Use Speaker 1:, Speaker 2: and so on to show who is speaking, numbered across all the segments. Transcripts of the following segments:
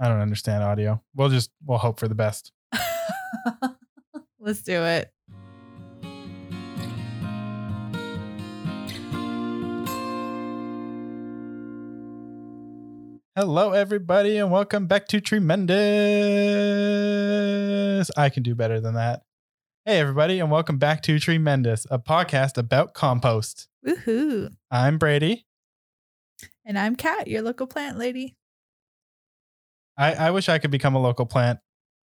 Speaker 1: I don't understand audio. We'll just we'll hope for the best.
Speaker 2: Let's do it.
Speaker 1: Hello, everybody, and welcome back to Tremendous. I can do better than that. Hey, everybody, and welcome back to Tremendous, a podcast about compost.
Speaker 2: Woohoo.
Speaker 1: I'm Brady.
Speaker 2: And I'm Kat, your local plant lady.
Speaker 1: I, I wish I could become a local plant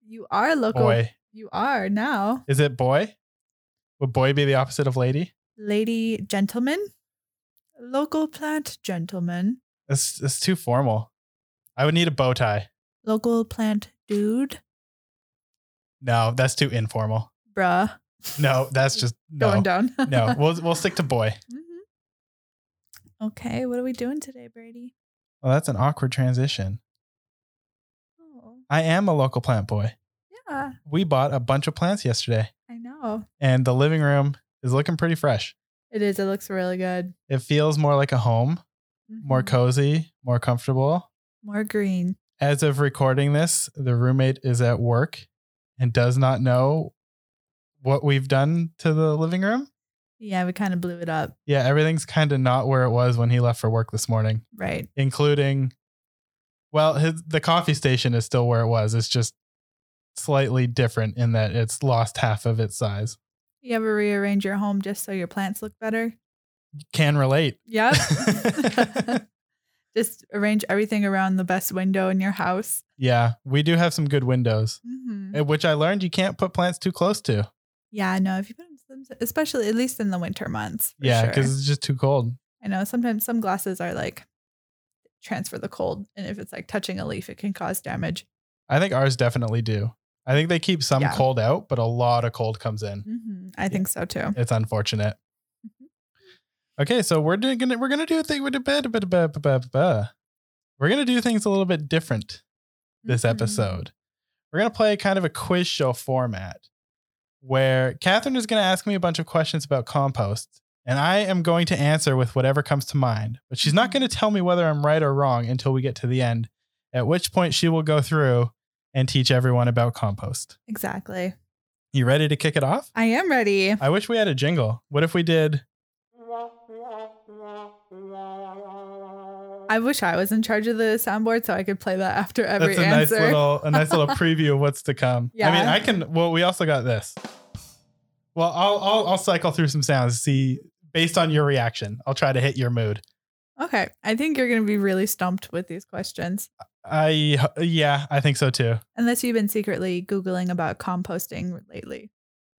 Speaker 2: You are local.
Speaker 1: boy.
Speaker 2: You are now.
Speaker 1: Is it boy? Would boy be the opposite of lady?
Speaker 2: Lady gentleman. Local plant gentleman.
Speaker 1: That's that's too formal. I would need a bow tie.
Speaker 2: Local plant dude.
Speaker 1: No, that's too informal.
Speaker 2: Bruh.
Speaker 1: No, that's just no.
Speaker 2: Going down. Mm-hmm.
Speaker 1: No, we'll we'll stick to boy.
Speaker 2: Mhm. Okay, what are we doing today, Brady?
Speaker 1: Well, that's an awkward transition.
Speaker 2: Oh,
Speaker 1: I am a local plant boy.
Speaker 2: yeah,
Speaker 1: We bought a bunch of plants yesterday,
Speaker 2: I know.
Speaker 1: and the living room is looking pretty fresh.
Speaker 2: It is. It looks really good.
Speaker 1: It feels more like a home, more
Speaker 2: Mhm.
Speaker 1: cozy, more comfortable.
Speaker 2: More green.
Speaker 1: As of recording this, the roommate is at work and does not know what we've done to the living room.
Speaker 2: Yeah, we kind of blew it up.
Speaker 1: Yeah, everything's kind of not where it was when he left for work this morning,
Speaker 2: Right.
Speaker 1: including, well, his, the coffee station is still where it was. It's just slightly different in that it's lost half of its size.
Speaker 2: You ever rearrange your home just so your plants look better?
Speaker 1: Can relate.
Speaker 2: Yep. Just arrange everything around the best window in your house.
Speaker 1: Yeah, we do have some good windows,
Speaker 2: Mm-hmm.
Speaker 1: eh, which I learned you can't put plants too close to.
Speaker 2: Yeah, I know. If you put them, especially at least in the winter months. for
Speaker 1: Yeah,
Speaker 2: sure.
Speaker 1: because it's just too cold.
Speaker 2: I know sometimes some glasses are like transfer the cold, and if it's like touching a leaf, it can cause damage.
Speaker 1: I think ours definitely do. I think they keep some
Speaker 2: Yeah.
Speaker 1: cold out, but a lot of cold comes in.
Speaker 2: Mm-hmm. I think so too.
Speaker 1: It's unfortunate.
Speaker 2: Mhm.
Speaker 1: Okay, so we're doing gonna we're gonna do a thing with a bit a bit a bit a bit, a bit, a bit. We're gonna do things a little bit different this
Speaker 2: Mhm.
Speaker 1: episode. We're gonna play kind of a quiz show format where Catherine is gonna ask me a bunch of questions about compost, and I am going to answer with whatever comes to mind. But she's not
Speaker 2: Mhm.
Speaker 1: gonna tell me whether I'm right or wrong until we get to the end, at which point she will go through and teach everyone about compost.
Speaker 2: Exactly.
Speaker 1: You ready to kick it off?
Speaker 2: I am ready.
Speaker 1: I wish we had a jingle. What if we did?
Speaker 2: I wish I was in charge of the soundboard so I could play that after every
Speaker 1: That's a
Speaker 2: answer.
Speaker 1: nice little a nice little preview of what's to come. I mean,
Speaker 2: Yeah.
Speaker 1: I can. Well, we also got this. Well, I'll I'll, I'll cycle through some sounds. to See, based on your reaction, I'll try to hit your mood.
Speaker 2: okay, I think you're going to be really stumped with these questions,
Speaker 1: I yeah, I think so too.
Speaker 2: unless you've been secretly googling about composting lately.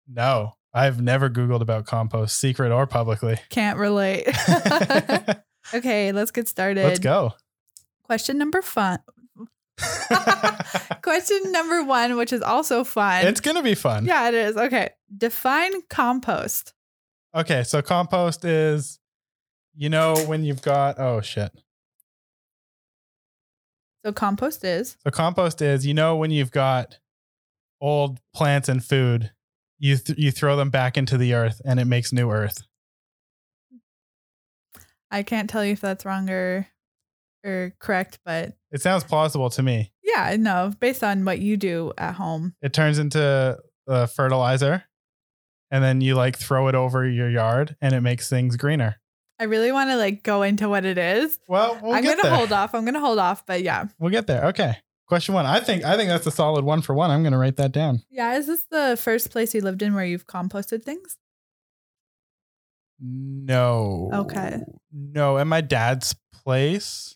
Speaker 1: No, I've never Googled about compost, secret or publicly.
Speaker 2: Can't relate.
Speaker 1: Let's
Speaker 2: okay, let's get started.
Speaker 1: go.
Speaker 2: Question number fun. Question number one, which is also fun.
Speaker 1: it's gonna be fun.
Speaker 2: yeah, it is. Okay, define compost.
Speaker 1: Okay, so compost is, you know, when you've got oh shit.
Speaker 2: So compost is
Speaker 1: So compost is, you know, when you've got old plants and food, you th- you throw them back into the earth and it makes new earth.
Speaker 2: I can't tell you if that's wrong or or correct, but
Speaker 1: It sounds plausible to me.
Speaker 2: yeah, no, based on what you do at home.
Speaker 1: It turns into uh, fertilizer, and then you like throw it over your yard and it makes things greener.
Speaker 2: I really want to like go into what it is.
Speaker 1: Well, we'll
Speaker 2: I'm
Speaker 1: get
Speaker 2: gonna
Speaker 1: there.
Speaker 2: hold off. I'm gonna hold off, but yeah.
Speaker 1: We'll get there. Okay. Question one. I think I think that's a solid one for one. I'm gonna write that down.
Speaker 2: Yeah, is this the first place you lived in where you've composted things?
Speaker 1: No.
Speaker 2: Okay.
Speaker 1: No, at my dad's place.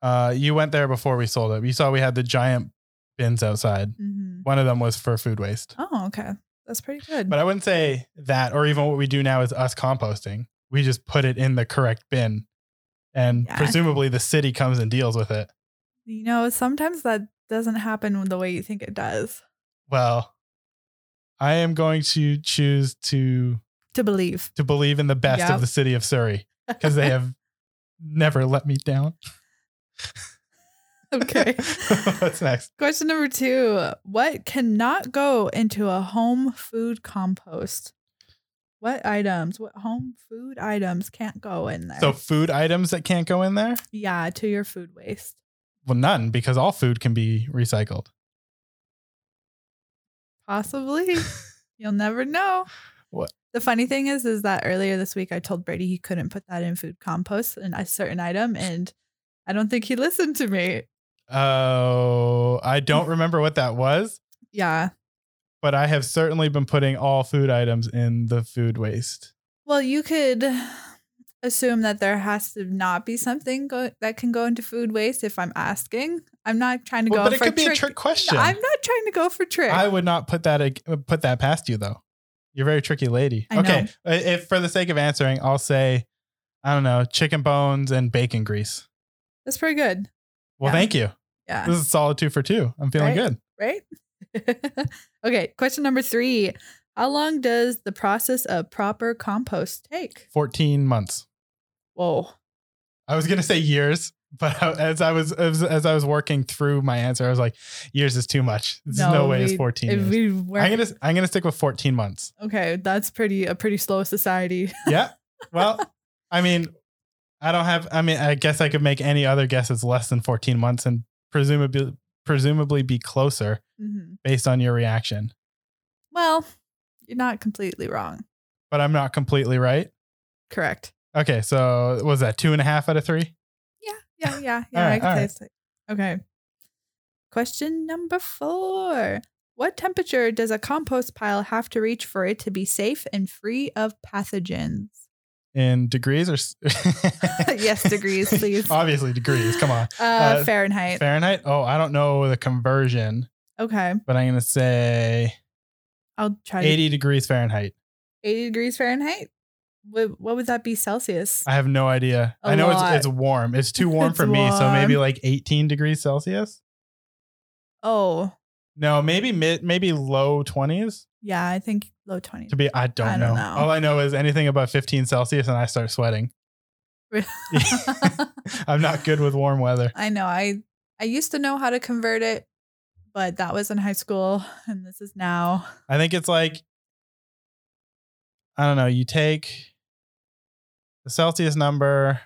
Speaker 1: Uh, you went there before we sold it. You saw we had the giant bins outside.
Speaker 2: Mm-hmm.
Speaker 1: One of them was for food waste.
Speaker 2: Oh, okay. That's pretty good.
Speaker 1: But I wouldn't say that, or even what we do now is us composting. We just put it in the correct bin, and
Speaker 2: Yeah.
Speaker 1: presumably the city comes and deals with it.
Speaker 2: you know, sometimes that doesn't happen the way you think it does.
Speaker 1: Well, I am going to choose to
Speaker 2: To believe.
Speaker 1: to believe in the best
Speaker 2: Yep.
Speaker 1: of the city of Surrey because they have never let me down.
Speaker 2: Okay.
Speaker 1: What's next?
Speaker 2: Question number two What cannot go into a home food compost? What items, what home food items can't go in there?
Speaker 1: So food items that can't go in there.
Speaker 2: yeah, to your food waste.
Speaker 1: Well, none, because all food can be recycled.
Speaker 2: Possibly. You'll never know.
Speaker 1: What?
Speaker 2: The funny thing is, is that earlier this week I told Brady he couldn't put that in food compost and a certain item, and I don't think he listened to me.
Speaker 1: Oh, I don't remember what that was,
Speaker 2: Yeah.
Speaker 1: but I have certainly been putting all food items in the food waste.
Speaker 2: Well, you could assume that there has to not be something go- that can go into food waste if I'm asking. I'm not trying to
Speaker 1: Well,
Speaker 2: go
Speaker 1: but it
Speaker 2: for
Speaker 1: could be a
Speaker 2: trick.
Speaker 1: trick question.
Speaker 2: I'm not trying to go for trick.
Speaker 1: I would not put that ag- put that past you though. You're a very tricky lady.
Speaker 2: I
Speaker 1: okay, I- if for the sake of answering, I'll say I don't know, chicken bones and bacon grease.
Speaker 2: That's pretty good.
Speaker 1: Well,
Speaker 2: Yeah.
Speaker 1: thank you.
Speaker 2: Yeah.
Speaker 1: This is a solid two for two. I'm feeling
Speaker 2: Right.
Speaker 1: good.
Speaker 2: right? okay, question number three. How long does the process of proper compost take?
Speaker 1: 14 months.
Speaker 2: Whoa.
Speaker 1: I was gonna say years, but I- as I was as, as I was working through my answer, I was like, years is too much. There's no, way it's
Speaker 2: we-
Speaker 1: 14
Speaker 2: if
Speaker 1: years.
Speaker 2: we were-
Speaker 1: I'm gonna I'm gonna stick with 14 months.
Speaker 2: okay, that's pretty a pretty slow society.
Speaker 1: Yeah. Well, I mean, I don't have. I mean, I guess I could make any other guess. It's less than 14 months, and presumably presumably be closer
Speaker 2: Mhm.
Speaker 1: based on your reaction.
Speaker 2: Well, you're not completely wrong.
Speaker 1: But I'm not completely right.
Speaker 2: Correct.
Speaker 1: Okay, so was that two and a half out of three?
Speaker 2: Yeah, yeah, yeah, yeah.
Speaker 1: All
Speaker 2: I
Speaker 1: right,
Speaker 2: can
Speaker 1: all
Speaker 2: say
Speaker 1: right.
Speaker 2: it's like- okay. Question number four. What temperature does a compost pile have to reach for it to be safe and free of pathogens?
Speaker 1: In degrees or s-
Speaker 2: Yes, degrees, please.
Speaker 1: Obviously, degrees. Come on.
Speaker 2: Uh,
Speaker 1: Uh,
Speaker 2: Fahrenheit.
Speaker 1: Fahrenheit. Oh, I don't know the conversion,
Speaker 2: okay.
Speaker 1: but I'm gonna say
Speaker 2: I'll try to-
Speaker 1: 80 degrees Fahrenheit.
Speaker 2: 80 degrees Fahrenheit. What, what would that be Celsius?
Speaker 1: I have no idea.
Speaker 2: A
Speaker 1: I know
Speaker 2: lot.
Speaker 1: it's it's warm. It's too warm
Speaker 2: It's
Speaker 1: for me. So maybe
Speaker 2: warm.
Speaker 1: like 18 degrees Celsius.
Speaker 2: Oh,
Speaker 1: No, maybe mid, maybe low twenties.
Speaker 2: yeah, I think low 20s.
Speaker 1: To be, I don't,
Speaker 2: I
Speaker 1: know.
Speaker 2: don't know.
Speaker 1: All I know is anything above 15 Celsius, and I start sweating. I'm not good with warm weather.
Speaker 2: I know. I I used to know how to convert it, but that was in high school and this is now.
Speaker 1: I think it's like, I don't know. You take the Celsius number,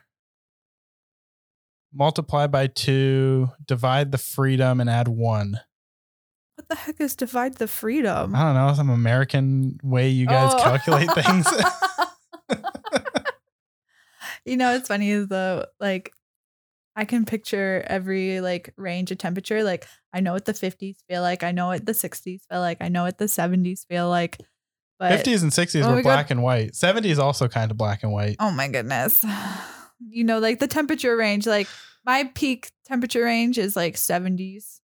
Speaker 1: multiply by two, divide the freedom, and add one.
Speaker 2: What the heck is divide the freedom?
Speaker 1: I don't know some American way you guys
Speaker 2: Oh.
Speaker 1: calculate things.
Speaker 2: you know, it's funny is though, like I can picture every like range of temperature. Like I know what the 50s feel like. I know what the 60s feel like. I know what the 70s feel like. But
Speaker 1: 50s and 60s
Speaker 2: Oh my
Speaker 1: were
Speaker 2: God.
Speaker 1: black and white. 70s also kind of black and white.
Speaker 2: oh my goodness, you know, like the temperature range. Like my peak temperature range is like 70s.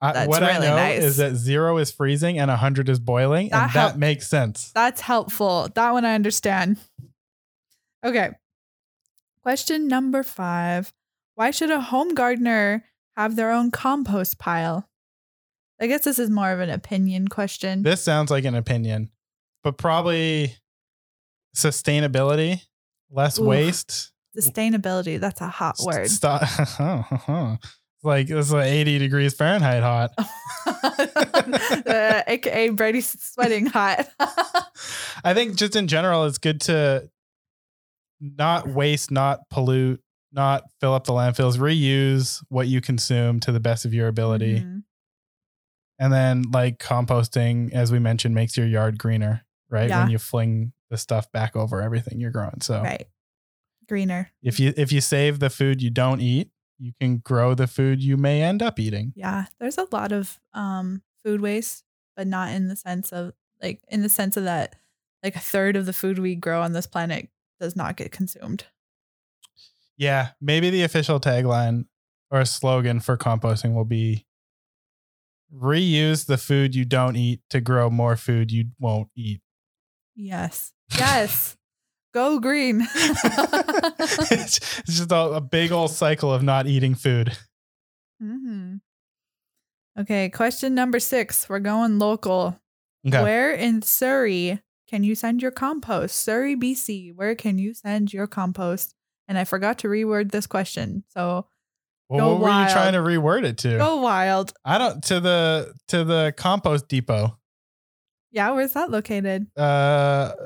Speaker 1: I,
Speaker 2: That's
Speaker 1: what I
Speaker 2: really
Speaker 1: know
Speaker 2: nice.
Speaker 1: is that zero is freezing and 100 is boiling,
Speaker 2: That
Speaker 1: and
Speaker 2: help-
Speaker 1: that makes sense.
Speaker 2: That's helpful. That one I understand. Okay. Question number five Why should a home gardener have their own compost pile? I guess this is more of an opinion question.
Speaker 1: This sounds like an opinion, but probably sustainability, less
Speaker 2: Oof.
Speaker 1: waste.
Speaker 2: Sustainability, that's a hot word.
Speaker 1: Stop. like it's like 80 degrees Fahrenheit hot.
Speaker 2: uh, AKA Brady's sweating hot.
Speaker 1: I think just in general, it's good to not waste, not pollute, not fill up the landfills, reuse what you consume to the best of your ability.
Speaker 2: Mhm.
Speaker 1: And then like composting, as we mentioned, makes your yard greener, right?
Speaker 2: Yeah.
Speaker 1: When you fling the stuff back over everything you're growing. So
Speaker 2: Right. Greener.
Speaker 1: if you if you save the food you don't eat, you can grow the food you may end up eating.
Speaker 2: Yeah, there's a lot of um food waste, but not in the sense of like in the sense of that like a third of the food we grow on this planet does not get consumed.
Speaker 1: Yeah. Maybe the official tagline or slogan for composting will be reuse the food you don't eat to grow more food you won't eat.
Speaker 2: Yes. Yes. Go green.
Speaker 1: it's it's just a, a big old cycle of not eating food.
Speaker 2: hmm Okay, question number 6. We're going local.
Speaker 1: Okay.
Speaker 2: Where in Surrey can you send your compost? Surrey, BC. Where can you send your compost? And I forgot to reword this question. So
Speaker 1: well,
Speaker 2: go
Speaker 1: what were
Speaker 2: wild.
Speaker 1: you trying to reword it to?
Speaker 2: go wild.
Speaker 1: I don't to the to the compost depot.
Speaker 2: Yeah, where's that located?
Speaker 1: Uh,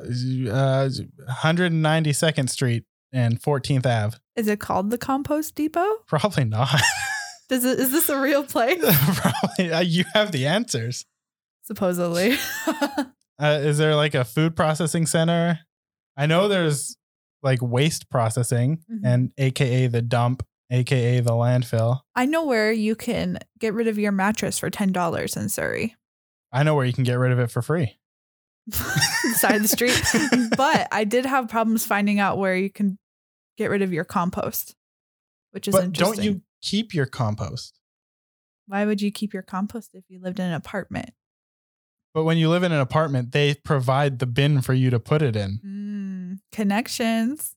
Speaker 1: uh 192nd Street and 14th Ave.
Speaker 2: Is it called the Compost Depot?
Speaker 1: Probably not.
Speaker 2: Does it, is this a real place?
Speaker 1: Probably uh, you have the answers.
Speaker 2: Supposedly.
Speaker 1: Uh, is there like a food processing center? I know there's like waste processing
Speaker 2: Mhm.
Speaker 1: and AKA the dump, AKA the landfill.
Speaker 2: I know where you can get rid of your mattress for $10 in Surrey.
Speaker 1: I know where you can get rid of it for free.
Speaker 2: side of the street. but I did have problems finding out where you can get rid of your compost, which is
Speaker 1: But
Speaker 2: interesting.
Speaker 1: don't you keep your compost?
Speaker 2: Why would you keep your compost if you lived in an apartment?
Speaker 1: But when you live in an apartment, they provide the bin for you to put it in.
Speaker 2: Mm, connections.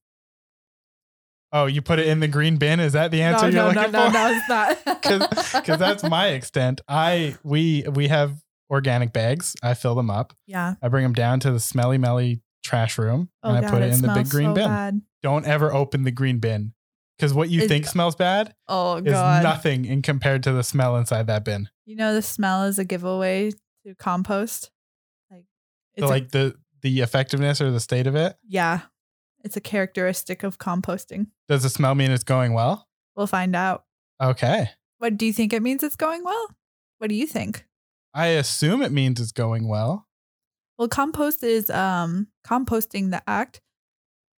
Speaker 1: Oh, you put it in the green bin? Is that the answer
Speaker 2: no,
Speaker 1: you're
Speaker 2: no,
Speaker 1: looking
Speaker 2: no,
Speaker 1: for?
Speaker 2: no, no, it's not.
Speaker 1: Because that's my extent. I we we have organic bags. I fill them up.
Speaker 2: yeah.
Speaker 1: I bring them down to the smelly melly trash room
Speaker 2: Oh
Speaker 1: and
Speaker 2: God,
Speaker 1: I put it in the big
Speaker 2: smells
Speaker 1: green
Speaker 2: so
Speaker 1: bin.
Speaker 2: bad.
Speaker 1: Don't ever open the green bin because what you
Speaker 2: It-
Speaker 1: think smells bad
Speaker 2: Oh
Speaker 1: is
Speaker 2: God!
Speaker 1: nothing in compared to the smell inside that bin.
Speaker 2: you know the smell is a giveaway to compost. Like it's
Speaker 1: So
Speaker 2: a-
Speaker 1: like the the effectiveness or the state of it.
Speaker 2: yeah, it's a characteristic of composting.
Speaker 1: Does the smell mean it's going well?
Speaker 2: We'll find out.
Speaker 1: Okay.
Speaker 2: What do you think it means? It's going well. What do you think?
Speaker 1: I assume it means it's going well.
Speaker 2: Well, compost is um composting the act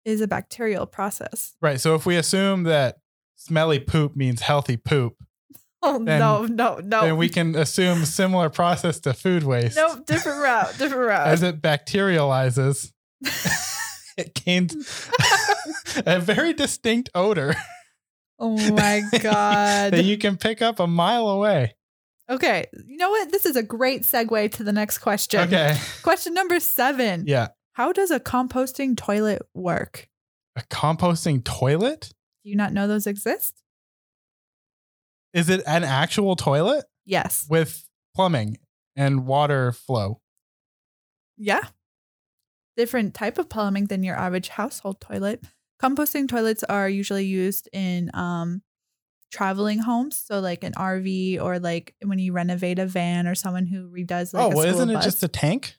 Speaker 2: is a bacterial process.
Speaker 1: Right. So if we assume that smelly poop means healthy poop,
Speaker 2: Oh
Speaker 1: Then-
Speaker 2: no, no, no.
Speaker 1: then we can assume similar process to food waste.
Speaker 2: no, different route, different route.
Speaker 1: As it bacterializes, it gains a very distinct odor
Speaker 2: oh my god.
Speaker 1: that you can pick up a mile away.
Speaker 2: okay. You know what? This is a great segue to the next question.
Speaker 1: Okay.
Speaker 2: Question number seven.
Speaker 1: Yeah.
Speaker 2: How does a composting toilet work?
Speaker 1: A composting toilet?
Speaker 2: Do you not know those exist?
Speaker 1: Is it an actual toilet
Speaker 2: Yes.
Speaker 1: with plumbing and water flow?
Speaker 2: Yeah. Different type of plumbing than your average household toilet. Composting toilets are usually used in um, traveling homes, so like an RV or like when you renovate a van or someone who redoes like
Speaker 1: oh,
Speaker 2: a
Speaker 1: well,
Speaker 2: school
Speaker 1: isn't it
Speaker 2: bus.
Speaker 1: just a tank?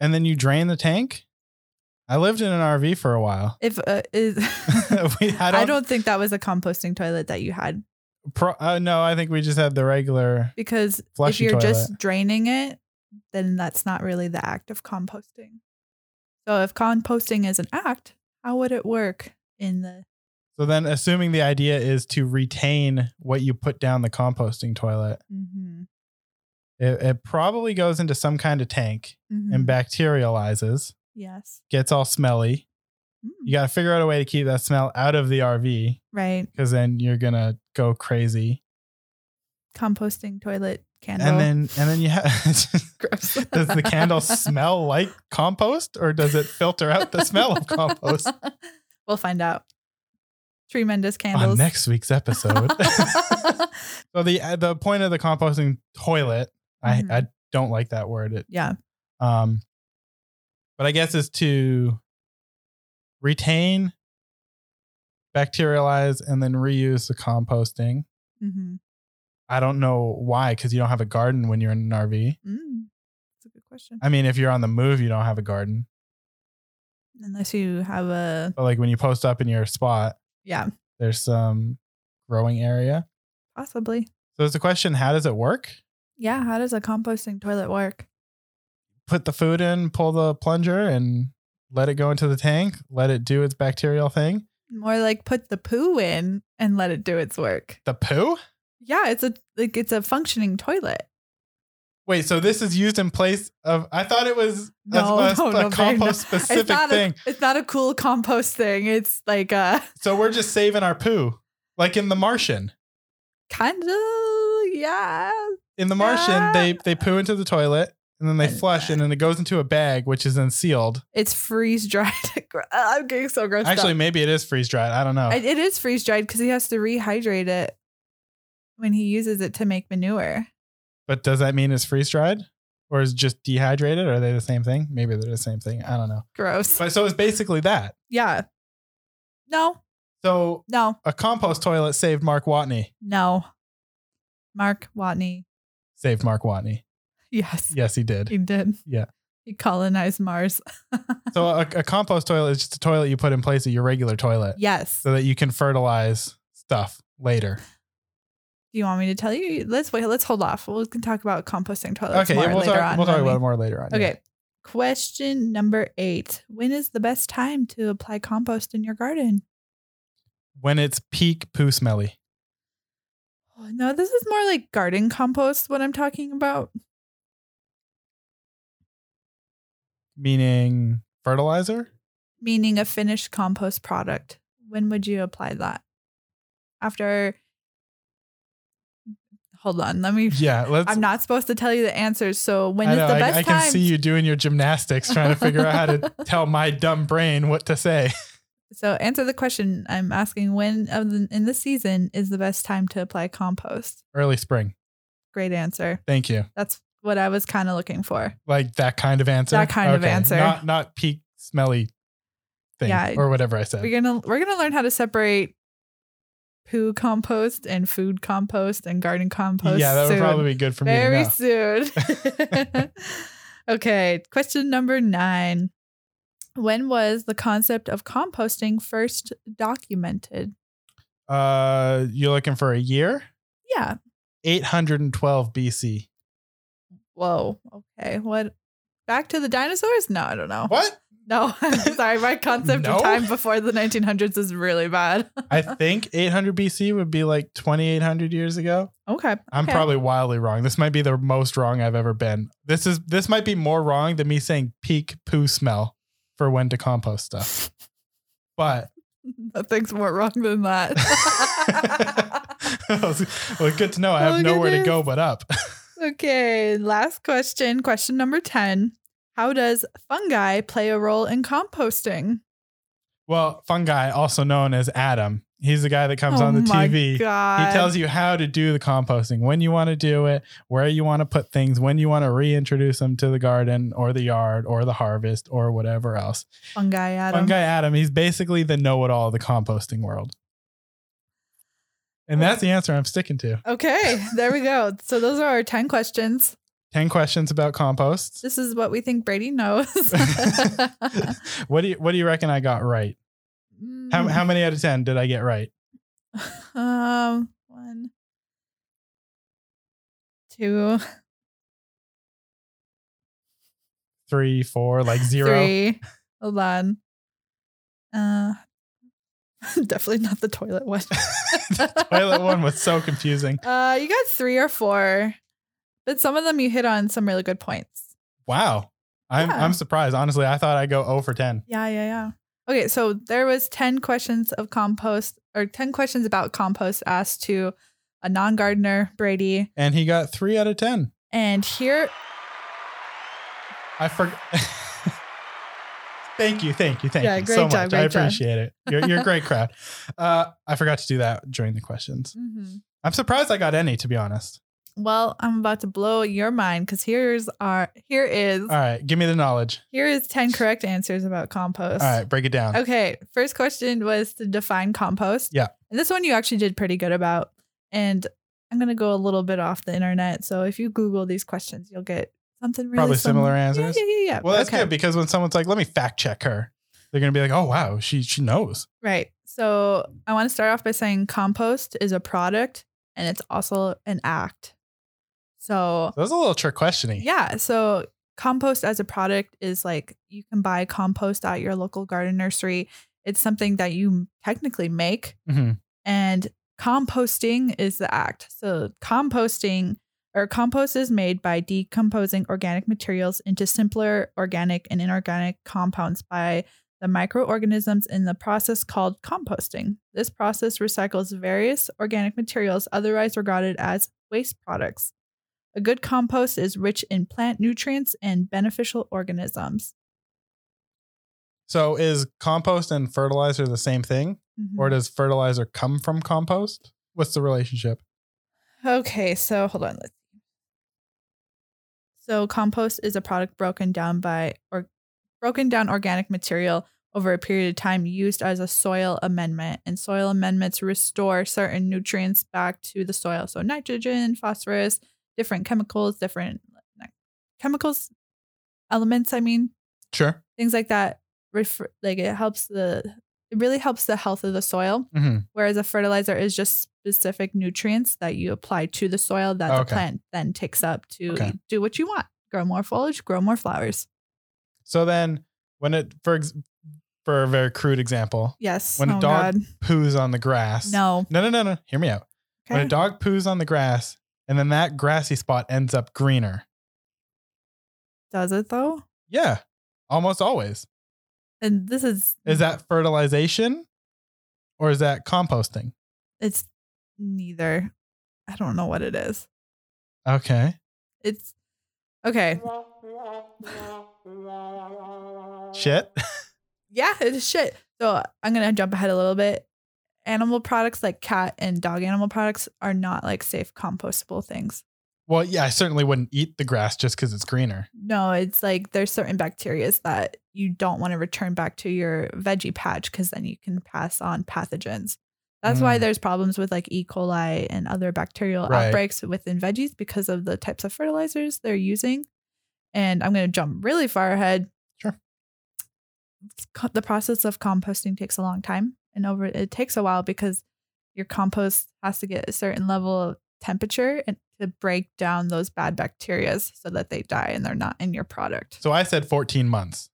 Speaker 1: And then you drain the tank? I lived in an RV for a while.
Speaker 2: if uh, is
Speaker 1: We-
Speaker 2: I
Speaker 1: I
Speaker 2: don't,
Speaker 1: don't-
Speaker 2: think that was a composting toilet that you had
Speaker 1: Pro- uh, no, I think we just had the regular
Speaker 2: because
Speaker 1: Flushy
Speaker 2: if you're
Speaker 1: toilet.
Speaker 2: just draining it, then that's not really the act of composting. So if composting is an act, how would it work in the
Speaker 1: So then, assuming the idea is to retain what you put down the composting toilet,
Speaker 2: Mhm.
Speaker 1: it, it probably goes into some kind of tank
Speaker 2: Mhm.
Speaker 1: and bacterializes,
Speaker 2: Yes.
Speaker 1: gets all smelly.
Speaker 2: Mm.
Speaker 1: You got to figure out a way to keep that smell out of the RV
Speaker 2: Right.
Speaker 1: because then you're gonna go crazy.
Speaker 2: Composting toilet candle.
Speaker 1: And then, and then you have.
Speaker 2: Gross.
Speaker 1: does the candle smell like compost, or does it filter out the smell of compost?
Speaker 2: We'll find out. Tremendous
Speaker 1: On
Speaker 2: candles.
Speaker 1: next week's episode. So the uh, the point of the composting toilet,
Speaker 2: Mhm.
Speaker 1: I I don't like that word. It
Speaker 2: yeah.
Speaker 1: um, but I guess is to retain, bacterialize, and then reuse the composting.
Speaker 2: hmm
Speaker 1: I don't know why, because you don't have a garden when you're in an RV.
Speaker 2: Mm. That's a good question.
Speaker 1: I mean, if you're on the move, you don't have a garden.
Speaker 2: Unless you have a
Speaker 1: But like when you post up in your spot,
Speaker 2: yeah,
Speaker 1: there's some growing area.
Speaker 2: possibly.
Speaker 1: So it's a question: How does it work?
Speaker 2: Yeah. How does a composting toilet work?
Speaker 1: put the food in, pull the plunger, and let it go into the tank. Let it do its bacterial thing.
Speaker 2: More like put the poo in and let it do its work.
Speaker 1: The poo?
Speaker 2: Yeah, it's a like it's a functioning toilet.
Speaker 1: Wait, so this is used in place of? I thought it was a-
Speaker 2: No,
Speaker 1: a,
Speaker 2: no,
Speaker 1: a
Speaker 2: no, babe, no.
Speaker 1: compost
Speaker 2: It's
Speaker 1: specific
Speaker 2: not,
Speaker 1: thing.
Speaker 2: a, it's not a cool compost thing. It's like uh, a
Speaker 1: so we're just saving our poo, like in The Martian.
Speaker 2: kind of yeah
Speaker 1: In The Martian,
Speaker 2: Ah.
Speaker 1: they they poo into the toilet. And then they
Speaker 2: And-
Speaker 1: flush, and then it goes into a bag, which is then sealed.
Speaker 2: it's freeze dried uh, i'm getting so grossed
Speaker 1: Actually,
Speaker 2: out.
Speaker 1: maybe it is freeze dried. I don't know.
Speaker 2: I- it is freeze dried because he has to rehydrate it when he uses it to make manure
Speaker 1: but does that mean it's freeze dried, or is it just dehydrated? Are they the same thing? Maybe they're the same thing. I don't know.
Speaker 2: gross
Speaker 1: But so it's basically that.
Speaker 2: yeah no
Speaker 1: So
Speaker 2: no
Speaker 1: a compost toilet saved Mark Watney.
Speaker 2: no mark watney
Speaker 1: Saved Mark Watney.
Speaker 2: yes
Speaker 1: Yes, he did.
Speaker 2: he did
Speaker 1: Yeah. Uh,
Speaker 2: he colonized mars
Speaker 1: So a, a compost toilet is just a toilet you put in place of your regular toilet
Speaker 2: yes
Speaker 1: so that you can fertilize stuff later.
Speaker 2: Do you want me to tell you? Let's wait. Let's hold off. We can talk about composting toilets
Speaker 1: okay,
Speaker 2: more
Speaker 1: yeah, we'll
Speaker 2: later
Speaker 1: talk,
Speaker 2: on.
Speaker 1: we'll talk
Speaker 2: when
Speaker 1: about
Speaker 2: we-
Speaker 1: it more later on. yeah.
Speaker 2: Okay. Question number eight. When is the best time to apply compost in your garden?
Speaker 1: When it's peak poo smelly.
Speaker 2: Oh, no, this is more like garden compost, what I'm talking about.
Speaker 1: meaning fertilizer
Speaker 2: Meaning a finished compost product. When would you apply that? After hold on, let me
Speaker 1: yeah let's
Speaker 2: I'm not supposed to tell you the answers, so when
Speaker 1: I
Speaker 2: is
Speaker 1: know,
Speaker 2: the
Speaker 1: I-
Speaker 2: best
Speaker 1: I,
Speaker 2: time?
Speaker 1: can see you doing your gymnastics trying to figure out how to tell my dumb brain what to say
Speaker 2: So answer the question I'm asking when of the, in the season is the best time to apply compost?
Speaker 1: early spring
Speaker 2: Great answer.
Speaker 1: thank you
Speaker 2: That's what I was kind of looking for.
Speaker 1: like that kind of answer
Speaker 2: That kind of answer.
Speaker 1: not not peak smelly thing
Speaker 2: Yeah.
Speaker 1: or whatever i said
Speaker 2: We're gonna we're gonna learn how to separate poo compost and food compost and garden compost.
Speaker 1: yeah that would
Speaker 2: soon.
Speaker 1: probably be good for me to know.
Speaker 2: very soon. okay, question number nine. When was the concept of composting first documented?
Speaker 1: uh you're looking for a year
Speaker 2: Yeah.
Speaker 1: 812 bc
Speaker 2: Whoa. Okay. What? Back to the dinosaurs? No, I don't know.
Speaker 1: what
Speaker 2: No, I'm sorry. My concept
Speaker 1: No?
Speaker 2: of time before the 1900s is really bad.
Speaker 1: i think 800 bc would be like 2800 years ago
Speaker 2: okay.
Speaker 1: I'm
Speaker 2: okay.
Speaker 1: probably wildly wrong. This might be the most wrong I've ever been. This is this might be more wrong than me saying peak poo smell for when to compost stuff. But
Speaker 2: Nothing's more wrong than that.
Speaker 1: well, good to know. I have
Speaker 2: Oh,
Speaker 1: nowhere to
Speaker 2: goodness.
Speaker 1: go but up.
Speaker 2: okay, last question. Question number 10. How does fungi play a role in composting?
Speaker 1: Well, fungi, also known as Adam, he's the guy that comes
Speaker 2: oh
Speaker 1: on the
Speaker 2: my
Speaker 1: TV.
Speaker 2: God.
Speaker 1: He tells you how to do the composting, when you want to do it, where you want to put things, when you want to reintroduce them to the garden or the yard or the harvest or whatever else.
Speaker 2: fungi Adam.
Speaker 1: One guy, Adam, he's basically the know it all of the composting world. And that's the answer I'm sticking to.
Speaker 2: Okay, there we go. So those are our 10 questions.
Speaker 1: 10 questions about compost.
Speaker 2: This is what we think Brady knows.
Speaker 1: what do you what do you reckon I got right? How, how many out of 10 did I get right?
Speaker 2: Um, one, two,
Speaker 1: Three, four, like zero.
Speaker 2: three. Hold on. Uh, definitely not the toilet one.
Speaker 1: Toilet one was so confusing.
Speaker 2: Uh, you got three or four, but some of them you hit on some really good points.
Speaker 1: Wow. I'm
Speaker 2: Yeah.
Speaker 1: I'm surprised. Honestly, I thought I'd go 0 for 10.
Speaker 2: Yeah, yeah, yeah. Okay, so there was ten questions of compost or ten questions about compost asked to a non-gardener, Brady,
Speaker 1: And he got three out of 10.
Speaker 2: and here
Speaker 1: I forgot. thank you, thank you, thank
Speaker 2: Yeah,
Speaker 1: you
Speaker 2: great
Speaker 1: so much.
Speaker 2: job,
Speaker 1: I
Speaker 2: great job.
Speaker 1: appreciate it. You're, you're a great crowd. Uh, I forgot to do that during the questions.
Speaker 2: Mhm.
Speaker 1: I'm surprised I got any, to be honest.
Speaker 2: Well, I'm about to blow your mind because here's our here is
Speaker 1: All right, give me the knowledge.
Speaker 2: here is ten correct answers about compost.
Speaker 1: All right, break it down.
Speaker 2: Okay. First question was to define compost.
Speaker 1: Yeah.
Speaker 2: And this one you actually did pretty good about. And I'm gonna go a little bit off the internet. So if you Google these questions, you'll get something really
Speaker 1: Probably similar
Speaker 2: Yeah,
Speaker 1: answers.
Speaker 2: Yeah, yeah, yeah.
Speaker 1: Well, that's good because when someone's like, "Let me fact check her," they're gonna be like, "Oh wow, she she knows."
Speaker 2: Right. So I want to start off by saying compost is a product and it's also an act. So
Speaker 1: That was a little trick questioning.
Speaker 2: Yeah. So compost as a product is like you can buy compost at your local garden nursery. It's something that you technically make,
Speaker 1: Mhm.
Speaker 2: and composting is the act. So composting or compost is made by decomposing organic materials into simpler organic and inorganic compounds by the microorganisms in the process called composting. This process recycles various organic materials otherwise regarded as waste products. A good compost is rich in plant nutrients and beneficial organisms.
Speaker 1: So is compost and fertilizer the same thing,
Speaker 2: Mm-hmm.
Speaker 1: or does fertilizer come from compost? What's the relationship?
Speaker 2: Okay, so hold on. Let's So compost is a product broken down by or broken down organic material over a period of time used as a soil amendment and soil amendments restore certain nutrients back to the soil so nitrogen phosphorus different chemicals different chemicals elements i mean
Speaker 1: Sure.
Speaker 2: things like that refer- like it helps the It really helps the health of the soil,
Speaker 1: Mm-hmm.
Speaker 2: whereas a fertilizer is just specific nutrients that you apply to the soil that the
Speaker 1: Okay.
Speaker 2: plant then takes up to
Speaker 1: Okay.
Speaker 2: do what you want grow more foliage, grow more flowers.
Speaker 1: So then, when it for ex- for a very crude example,
Speaker 2: Yes.
Speaker 1: When a
Speaker 2: oh,
Speaker 1: dog-
Speaker 2: God.
Speaker 1: poos on the grass.
Speaker 2: No.
Speaker 1: no, no, no, no. Hear me out. When
Speaker 2: Okay.
Speaker 1: a dog poos on the grass, and then that grassy spot ends up greener.
Speaker 2: Does it though?
Speaker 1: Yeah, almost always.
Speaker 2: And this is
Speaker 1: Is that fertilization, or is that composting?
Speaker 2: it's neither. I don't know what it is.
Speaker 1: Okay.
Speaker 2: It's okay.
Speaker 1: Shit.
Speaker 2: Yeah, it is shit. So I'm gonna jump ahead a little bit. Animal products like cat and dog animal products are not like safe compostable things.
Speaker 1: Well, yeah, I certainly wouldn't eat the grass just because it's greener.
Speaker 2: No, it's like there's certain bacteria that you don't want to return back to your veggie patch because then you can pass on pathogens. That's why
Speaker 1: Mm.
Speaker 2: there's problems with like E. coli and other bacterial
Speaker 1: Right.
Speaker 2: outbreaks within veggies because of the types of fertilizers they're using. And I'm going to jump really far ahead.
Speaker 1: Sure.
Speaker 2: Co- The process of composting takes a long time and over it takes a while because your compost has to get a certain level of temperature and to break down those bad bacteria so that they die and they're not in your product.
Speaker 1: So I said 14 months.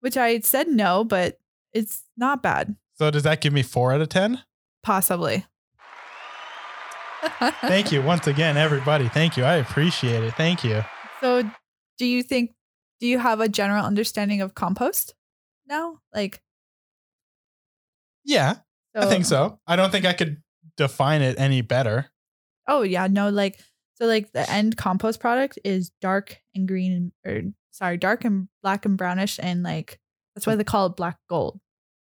Speaker 2: Which I said no, but it's not bad,
Speaker 1: So does that give me four out of 10?
Speaker 2: possibly.
Speaker 1: Thank you once again, everybody. Thank you. I appreciate it. Thank you.
Speaker 2: So, do you think do you have a general understanding of compost now? Like,
Speaker 1: Yeah, I think so. I don't think I could define it any better.
Speaker 2: Oh yeah, no, like so, like the end compost product is dark and green, or sorry, dark and black and brownish, and like that's why they call it black gold.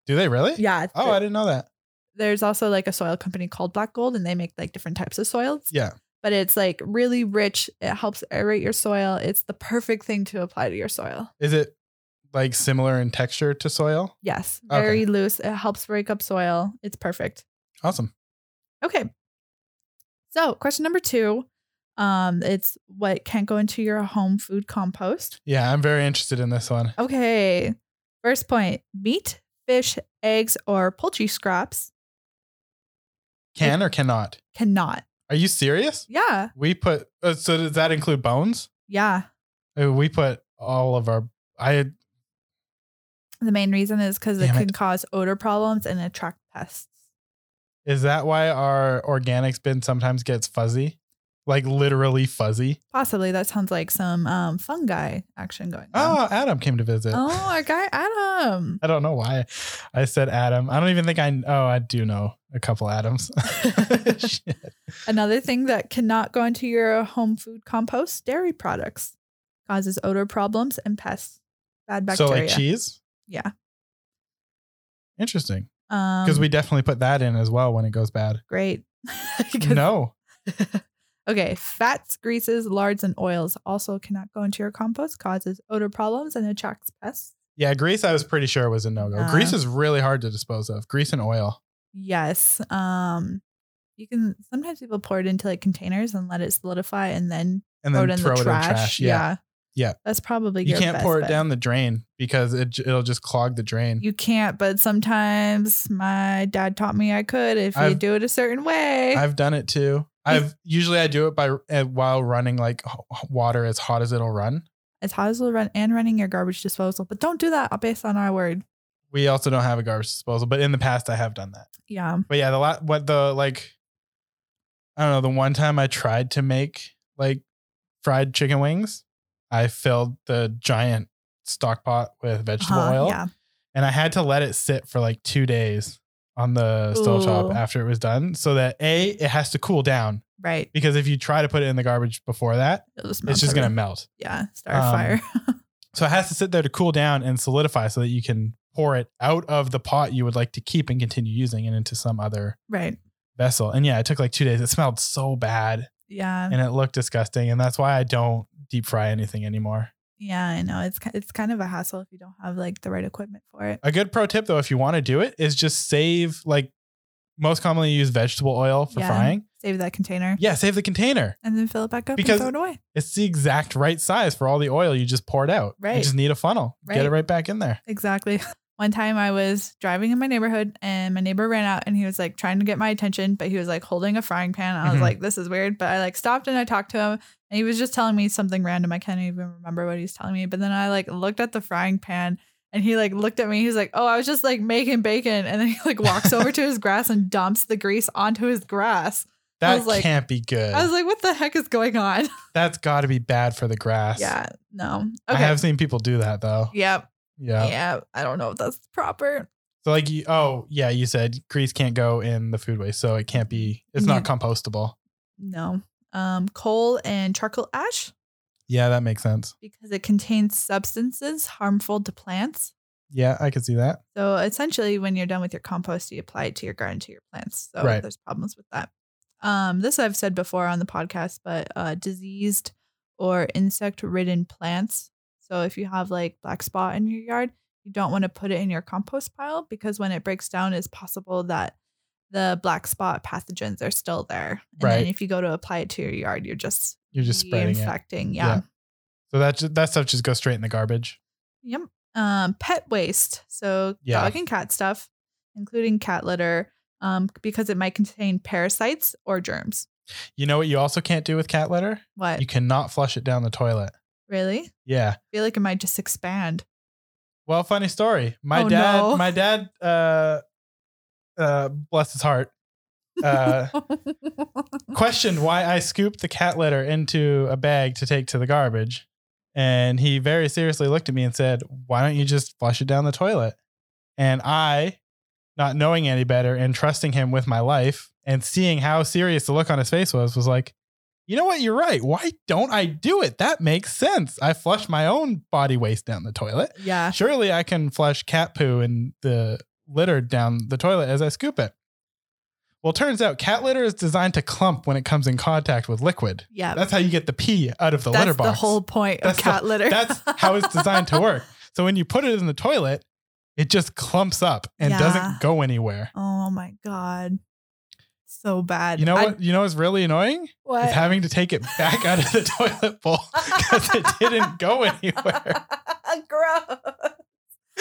Speaker 1: Do they really?
Speaker 2: Yeah.
Speaker 1: Oh, I didn't know that.
Speaker 2: there's also like a soil company called Black Gold, and they make like different types of soils.
Speaker 1: Yeah.
Speaker 2: But it's like really rich. It helps aerate your soil. It's the perfect thing to apply to your soil.
Speaker 1: Is it like similar in texture to soil?
Speaker 2: Yes,
Speaker 1: Okay.
Speaker 2: very loose. It helps break up soil. It's perfect.
Speaker 1: Awesome.
Speaker 2: Okay. So, question number two, um, it's what can't go into your home food compost.
Speaker 1: Yeah, I'm very interested in this one.
Speaker 2: Okay. First point: meat, fish, eggs, or poultry scraps
Speaker 1: Can or cannot?
Speaker 2: cannot.
Speaker 1: Are you serious?
Speaker 2: Yeah,
Speaker 1: We put, uh, so does that include bones?
Speaker 2: yeah.
Speaker 1: Uh, We put all of our, I,
Speaker 2: The main reason is because it
Speaker 1: Damn it.
Speaker 2: can cause odor problems and attract pests.
Speaker 1: is that why our organics bin sometimes gets fuzzy? Like literally fuzzy?
Speaker 2: Possibly that sounds like some um, fungi action going on.
Speaker 1: Oh, Adam came to visit.
Speaker 2: Oh, our guy Adam.
Speaker 1: I don't know why I said Adam. I don't even think I. Oh, I do know a couple Adams. Shit.
Speaker 2: Another thing that cannot go into your home food compost, dairy products. Causes odor problems and pests. Bad
Speaker 1: so
Speaker 2: bacteria.
Speaker 1: like cheese.
Speaker 2: Yeah.
Speaker 1: Interesting, because
Speaker 2: um,
Speaker 1: we definitely put that in as well when it goes bad.
Speaker 2: great. 'Cause-
Speaker 1: No,
Speaker 2: okay. Fats, greases, lards, and oils also cannot go into your compost, causes odor problems and attracts pests.
Speaker 1: yeah, grease. I was pretty sure was a no go.
Speaker 2: Uh.
Speaker 1: grease is really hard to dispose of. Grease and oil.
Speaker 2: Yes. Um you can sometimes people pour it into like containers and let it solidify and then
Speaker 1: And
Speaker 2: throw
Speaker 1: then
Speaker 2: it in
Speaker 1: throw
Speaker 2: the
Speaker 1: it
Speaker 2: trash.
Speaker 1: in trash. Yeah, Yeah.
Speaker 2: That's probably
Speaker 1: you
Speaker 2: your
Speaker 1: can't
Speaker 2: best
Speaker 1: pour it
Speaker 2: bet.
Speaker 1: down the drain because it j- it'll just clog the drain.
Speaker 2: You can't, but sometimes my dad taught me I could if you
Speaker 1: I've-
Speaker 2: do it a certain way.
Speaker 1: I've done it too. I've usually I do it by uh, while running like h- water as hot as it'll run.
Speaker 2: It's hot as will run and running your garbage disposal, but don't do that based on our word.
Speaker 1: We also don't have a garbage disposal, but in the past I have done that.
Speaker 2: Yeah.
Speaker 1: But yeah, the lot what the like I don't know, the one time I tried to make like fried chicken wings, I filled the giant stock pot with vegetable
Speaker 2: Huh,
Speaker 1: oil
Speaker 2: Uh-huh. Yeah.
Speaker 1: and I had to let it sit for like 2 days on the stove top
Speaker 2: Ooh.
Speaker 1: after it was done so that A it has to cool down
Speaker 2: Right.
Speaker 1: because if you try to put it in the garbage before that,
Speaker 2: It'll just
Speaker 1: it's
Speaker 2: melt
Speaker 1: just going to
Speaker 2: everything.
Speaker 1: melt.
Speaker 2: Yeah. Start
Speaker 1: um,
Speaker 2: a fire.
Speaker 1: So it has to sit there to cool down and solidify so that you can pour it out of the pot you would like to keep and continue using and into some other
Speaker 2: right.
Speaker 1: vessel. And yeah, it took like two days. It smelled so bad
Speaker 2: Yeah.
Speaker 1: and it looked disgusting. And that's why I don't deep fry anything anymore.
Speaker 2: Yeah. I know. It's ki- it's kind of a hassle if you don't have like the right equipment for it.
Speaker 1: A good pro tip though, if you want to do it, is just save like most commonly used vegetable oil for
Speaker 2: Yeah.
Speaker 1: frying.
Speaker 2: Save that container
Speaker 1: Yeah, save the container.
Speaker 2: and then fill it back up
Speaker 1: Because-
Speaker 2: and throw it away.
Speaker 1: It's the exact right size for all the oil you just poured out. You
Speaker 2: Right.
Speaker 1: just need a funnel. Get it
Speaker 2: Right.
Speaker 1: right back in there.
Speaker 2: Exactly. One time I was driving in my neighborhood and my neighbor ran out and he was like trying to get my attention, but he was like holding a frying pan. I was
Speaker 1: Mhm.
Speaker 2: like, this is weird. But I like stopped and I talked to him and he was just telling me something random. I can't even remember what he was telling me. But then I like looked at the frying pan and he like looked at me. He's like, oh, I was just like making bacon. And then he like walks over to his grass and dumps the grease onto his grass. I
Speaker 1: That
Speaker 2: was like-
Speaker 1: can't be good.
Speaker 2: I was like, what the heck is going on?
Speaker 1: That's got to be bad for the grass.
Speaker 2: Yeah, no.
Speaker 1: I
Speaker 2: Okay.
Speaker 1: have seen people do that though.
Speaker 2: yep.
Speaker 1: Yeah.
Speaker 2: Yeah. I don't know if that's proper.
Speaker 1: So like, you, oh yeah, you said grease can't go in the food waste, so it can't be. It's not
Speaker 2: Mm-hmm.
Speaker 1: compostable.
Speaker 2: No. Um, coal and charcoal ash
Speaker 1: Yeah, that makes sense.
Speaker 2: because it contains substances harmful to plants.
Speaker 1: Yeah, I could see that.
Speaker 2: So essentially, when you're done with your compost, you apply it to your garden to your plants. So
Speaker 1: Right.
Speaker 2: there's problems with that. Um, this I've said before on the podcast, but uh, diseased or insect-ridden plants. So if you have like black spot in your yard, you don't want to put it in your compost pile because when it breaks down, it's possible that the black spot pathogens are still there. And
Speaker 1: Right.
Speaker 2: then if you go to apply it to your yard, you're just
Speaker 1: You're just spreading it.
Speaker 2: infecting. Yeah.
Speaker 1: So that ju- that stuff just goes straight in the garbage.
Speaker 2: Yep. Um, pet waste. So
Speaker 1: Yeah.
Speaker 2: dog and cat stuff, including cat litter, um, because it might contain parasites or germs.
Speaker 1: You know what? You also can't do with cat litter.
Speaker 2: What?
Speaker 1: You cannot flush it down the toilet.
Speaker 2: really?
Speaker 1: Yeah.
Speaker 2: I feel like it might just expand.
Speaker 1: Well, funny story. My
Speaker 2: Oh,
Speaker 1: dad.
Speaker 2: no.
Speaker 1: My dad. Uh, uh, bless his heart. Uh, questioned why I scooped the cat litter into a bag to take to the garbage. And he very seriously looked at me and said, Why don't you just flush it down the toilet? And I, not knowing any better and trusting him with my life and seeing how serious the look on his face was, was like, You know what? You're right. Why don't I do it? That makes sense. I flush my own body waste down the toilet.
Speaker 2: yeah.
Speaker 1: Surely I can flush cat poo and the litter down the toilet as I scoop it. Well, turns out cat litter is designed to clump when it comes in contact with liquid.
Speaker 2: Yeah.
Speaker 1: That's how you get the pee out of the
Speaker 2: That's
Speaker 1: litter box.
Speaker 2: the whole point
Speaker 1: That's the-
Speaker 2: of cat litter.
Speaker 1: That's how it's designed to work. So when you put it in the toilet, it just clumps up and
Speaker 2: Yeah.
Speaker 1: doesn't go anywhere.
Speaker 2: Oh my god. So bad.
Speaker 1: You know
Speaker 2: I-
Speaker 1: what? You know what's really annoying
Speaker 2: what?
Speaker 1: is having to take it back out of the toilet bowl because it didn't go anywhere.
Speaker 2: Gross.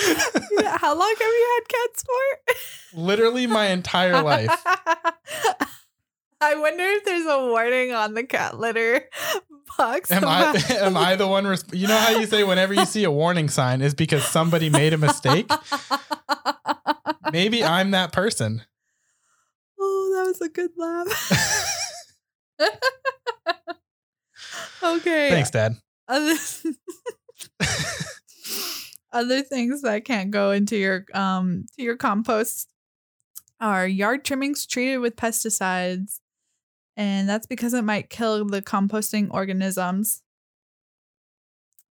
Speaker 2: yeah, how long have you had cats for?
Speaker 1: Literally my entire life.
Speaker 2: I wonder if there's a warning on the cat litter box.
Speaker 1: Am I am I the one? Resp- you know how you say whenever you see a warning sign is because somebody made a mistake. Maybe I'm that person.
Speaker 2: oh, that was a good laugh. okay.
Speaker 1: Thanks, Dad.
Speaker 2: Other, other things that can't go into your um to your compost are yard trimmings treated with pesticides, and that's because it might kill the composting organisms.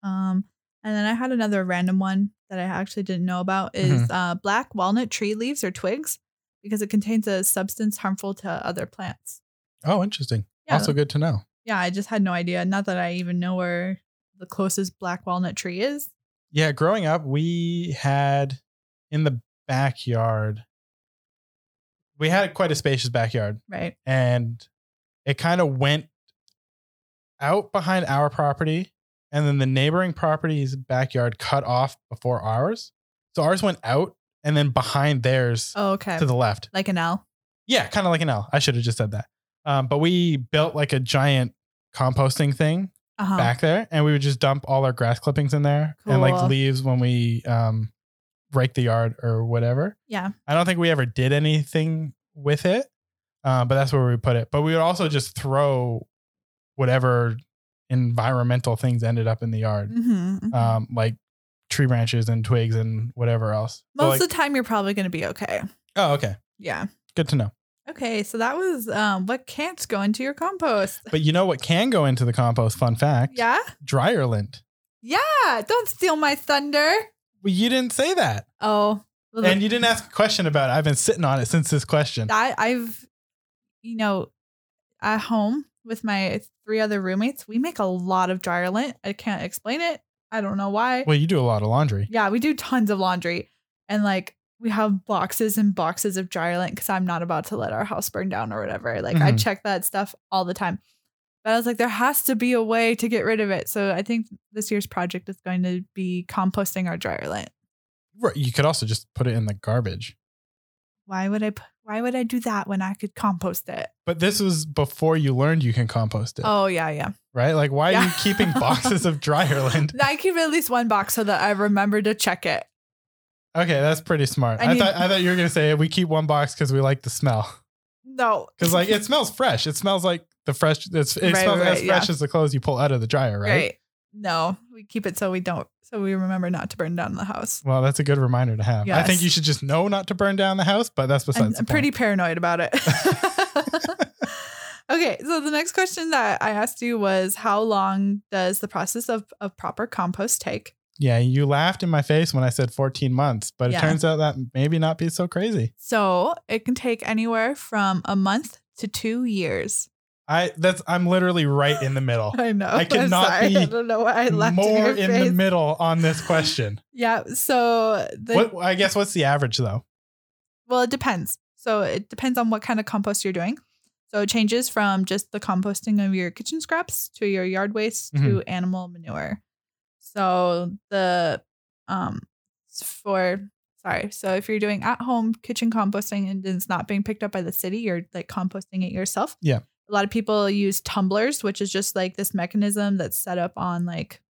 Speaker 2: Um, and then I had another random one that I actually didn't know about is uh, black walnut tree leaves or twigs because it contains a substance harmful to other plants.
Speaker 1: Oh, interesting.
Speaker 2: Yeah.
Speaker 1: Also good to know.
Speaker 2: Yeah, I just had no idea. Not that I even know where the closest black walnut tree is.
Speaker 1: Yeah, growing up, we had in the backyard. We had quite a spacious backyard,
Speaker 2: Right.
Speaker 1: and it kind of went out behind our property, and then the neighboring property's backyard cut off before ours. So ours went out, and then behind theirs
Speaker 2: Oh, okay.
Speaker 1: to the left.
Speaker 2: like an L.
Speaker 1: Yeah, kind of like an L. I should have just said that. Um, but we built like a giant composting thing
Speaker 2: Uh huh.
Speaker 1: back there, and we would just dump all our grass clippings in there and like
Speaker 2: Cool.
Speaker 1: leaves when we um, rake the yard or whatever.
Speaker 2: Yeah.
Speaker 1: I don't think we ever did anything with it, uh, but that's where we put it. But we would also just throw whatever environmental things ended up in the yard,
Speaker 2: Mm-hmm.
Speaker 1: um, like tree branches and twigs and whatever else. So,
Speaker 2: Most
Speaker 1: like-
Speaker 2: of the time, you're probably going to be okay.
Speaker 1: oh, okay.
Speaker 2: Yeah.
Speaker 1: Good to know.
Speaker 2: Okay. So that was um, what can't go into your compost.
Speaker 1: But you know what can go into the compost? Fun fact.
Speaker 2: Yeah.
Speaker 1: Dryer lint.
Speaker 2: Yeah. Don't steal my thunder.
Speaker 1: Well, you didn't say that.
Speaker 2: Oh. well, the-
Speaker 1: And you didn't ask a question about it. I've been sitting on it since this question.
Speaker 2: I, I've, you know, at home with my three other roommates, we make a lot of dryer lint. I can't explain it. I don't know why.
Speaker 1: Well, you do a lot of laundry.
Speaker 2: Yeah, we do tons of laundry. And like we have boxes and boxes of dryer lint because I'm not about to let our house burn down or whatever. Like I
Speaker 1: Mhm.
Speaker 2: check that stuff all the time. But I was like, there has to be a way to get rid of it. So I think this year's project is going to be composting our dryer lint.
Speaker 1: Right, You could also just put it in the garbage.
Speaker 2: Why would I? p- Why would I do that when I could compost it?
Speaker 1: But this was before you learned you can compost it,
Speaker 2: Oh yeah, yeah.
Speaker 1: right? Like, why are you
Speaker 2: Yeah.
Speaker 1: keeping boxes of dry Ireland?
Speaker 2: I can release one box so that I remember to check it.
Speaker 1: Okay, that's pretty smart.
Speaker 2: I
Speaker 1: I,
Speaker 2: need-
Speaker 1: thought I thought you were gonna say we keep one box because we like the smell.
Speaker 2: No,
Speaker 1: Because like it smells fresh. It smells like the fresh. It's, it
Speaker 2: Right,
Speaker 1: smells
Speaker 2: right,
Speaker 1: as fresh
Speaker 2: yeah.
Speaker 1: as the clothes you pull out of the dryer, right?
Speaker 2: No, we keep it so we don't. So we remember not to burn down the house.
Speaker 1: Well, that's a good reminder to have. I think
Speaker 2: Yes.
Speaker 1: you should just know not to burn down the house, but that's
Speaker 2: I'm,
Speaker 1: besides.
Speaker 2: I'm
Speaker 1: the point.
Speaker 2: pretty paranoid about it. okay, so the next question that I asked you was how long does the process of, of proper compost take?
Speaker 1: Yeah, you laughed in my face when I said 14 months, but
Speaker 2: Yeah.
Speaker 1: it turns out that maybe not be so crazy.
Speaker 2: So it can take anywhere from a month to two years.
Speaker 1: I that's I'm literally right in the middle.
Speaker 2: I know.
Speaker 1: I
Speaker 2: I'm
Speaker 1: cannot
Speaker 2: sorry.
Speaker 1: be
Speaker 2: I don't know why I laughed
Speaker 1: More
Speaker 2: in, your
Speaker 1: in
Speaker 2: face.
Speaker 1: the middle on this question.
Speaker 2: Yeah. So the
Speaker 1: what I guess what's the average though?
Speaker 2: Well, it depends. So it depends on what kind of compost you're doing. So it changes from just the composting of your kitchen scraps to your yard waste to animal manure. So the um s- for sorry, so if you're doing at home kitchen composting and it's not being picked up by the city, you're like composting it yourself.
Speaker 1: Yeah.
Speaker 2: A lot of people use tumblers, which is just like this mechanism that's set up on like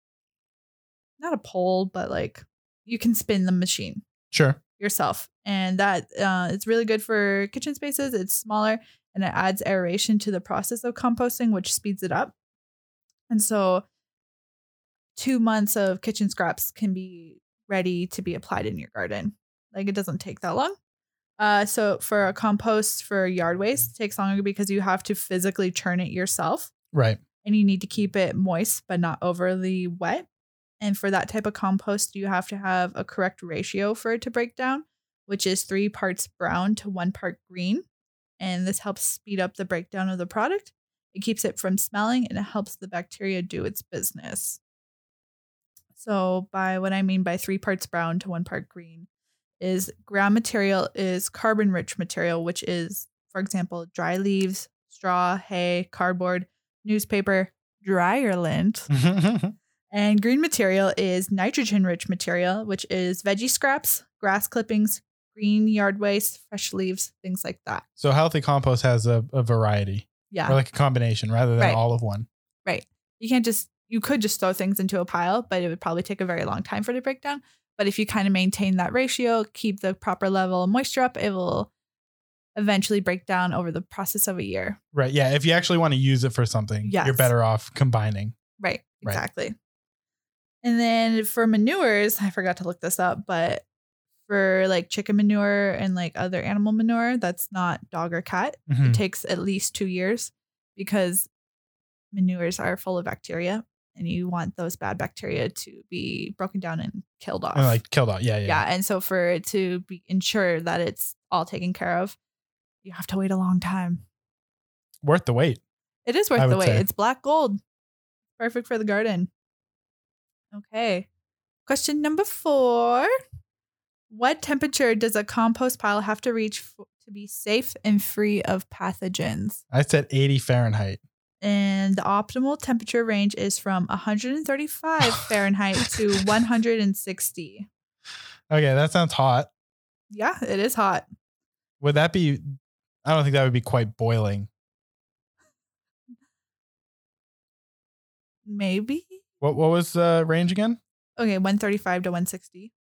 Speaker 2: not a pole, but like you can spin the machine
Speaker 1: Sure.
Speaker 2: yourself and that uh, it's really good for kitchen spaces it's smaller and it adds aeration to the process of composting which speeds it up and so two months of kitchen scraps can be ready to be applied in your garden like it doesn't take that long uh, so for a compost for yard waste it takes longer because you have to physically churn it yourself
Speaker 1: Right.
Speaker 2: and you need to keep it moist but not overly wet. And for that type of compost, you have to have a correct ratio for it to break down, which is three parts brown to one part green. And this helps speed up the breakdown of the product. It keeps it from smelling and it helps the bacteria do its business. So, by what I mean by three parts brown to one part green, is ground material is carbon rich material, which is, for example, dry leaves, straw, hay, cardboard, newspaper, dryer lint. And green material is nitrogen rich material, which is veggie scraps, grass clippings, green yard waste, fresh leaves, things like that.
Speaker 1: so healthy compost has a, a variety
Speaker 2: Yeah.
Speaker 1: or like a combination rather than
Speaker 2: Right.
Speaker 1: all of one.
Speaker 2: you can't just you could just throw things into a pile but it would probably take a very long time for it to break down but if you kind of maintain that ratio keep the proper level of moisture up it will eventually break down over the process of a year
Speaker 1: Right. Yeah. If you actually want to use it for something, you're
Speaker 2: Yes.
Speaker 1: better off combining.
Speaker 2: right
Speaker 1: Right.
Speaker 2: exactly and then for manures i forgot to look this up but for like chicken manure and like other animal manure that's not dog or cat
Speaker 1: Mhm.
Speaker 2: it takes at least two years because manures are full of bacteria and you want those bad bacteria to be broken down and killed off.
Speaker 1: And like killed off. Yeah. Yeah. yeah.
Speaker 2: yeah. And so for it to be ensure that it's all taken care of, you have to wait a long time.
Speaker 1: Worth the wait.
Speaker 2: It is
Speaker 1: I
Speaker 2: worth the
Speaker 1: would
Speaker 2: wait.
Speaker 1: say.
Speaker 2: It's black gold. Perfect for the garden. Okay. Question number four. What temperature does a compost pile have to reach f- to be safe and free of pathogens?
Speaker 1: I said 80 Fahrenheit.
Speaker 2: and the optimal temperature range is from 135 Fahrenheit to 160.
Speaker 1: Okay. That sounds hot.
Speaker 2: Yeah, it is hot.
Speaker 1: Would that be? I don't think that would be quite boiling.
Speaker 2: Maybe.
Speaker 1: What What was the range again?
Speaker 2: Okay, 135 to 160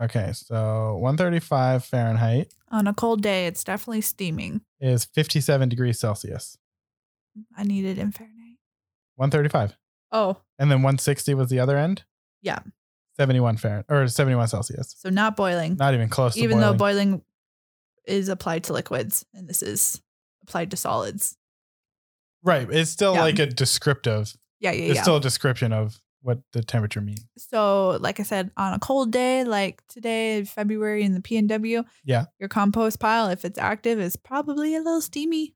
Speaker 1: Okay, so 135 Fahrenheit
Speaker 2: on a cold day. It's definitely steaming.
Speaker 1: is 57 degrees Celsius.
Speaker 2: I need it in Fahrenheit.
Speaker 1: 135,
Speaker 2: Oh,
Speaker 1: and then 160 was the other end.
Speaker 2: Yeah.
Speaker 1: 71 Fahrenheit or 71 Celsius.
Speaker 2: so not boiling,
Speaker 1: Not even close.
Speaker 2: even
Speaker 1: to
Speaker 2: though
Speaker 1: boiling.
Speaker 2: boiling is applied to liquids and this is applied to solids.
Speaker 1: right, it's still
Speaker 2: Yeah.
Speaker 1: like a descriptive.
Speaker 2: Yeah, yeah,
Speaker 1: It's
Speaker 2: yeah.
Speaker 1: still a description of what the temperature means.
Speaker 2: So, like I said, on a cold day like today, in February in the PNW,
Speaker 1: Yeah.
Speaker 2: your compost pile, if it's active, is probably a little steamy.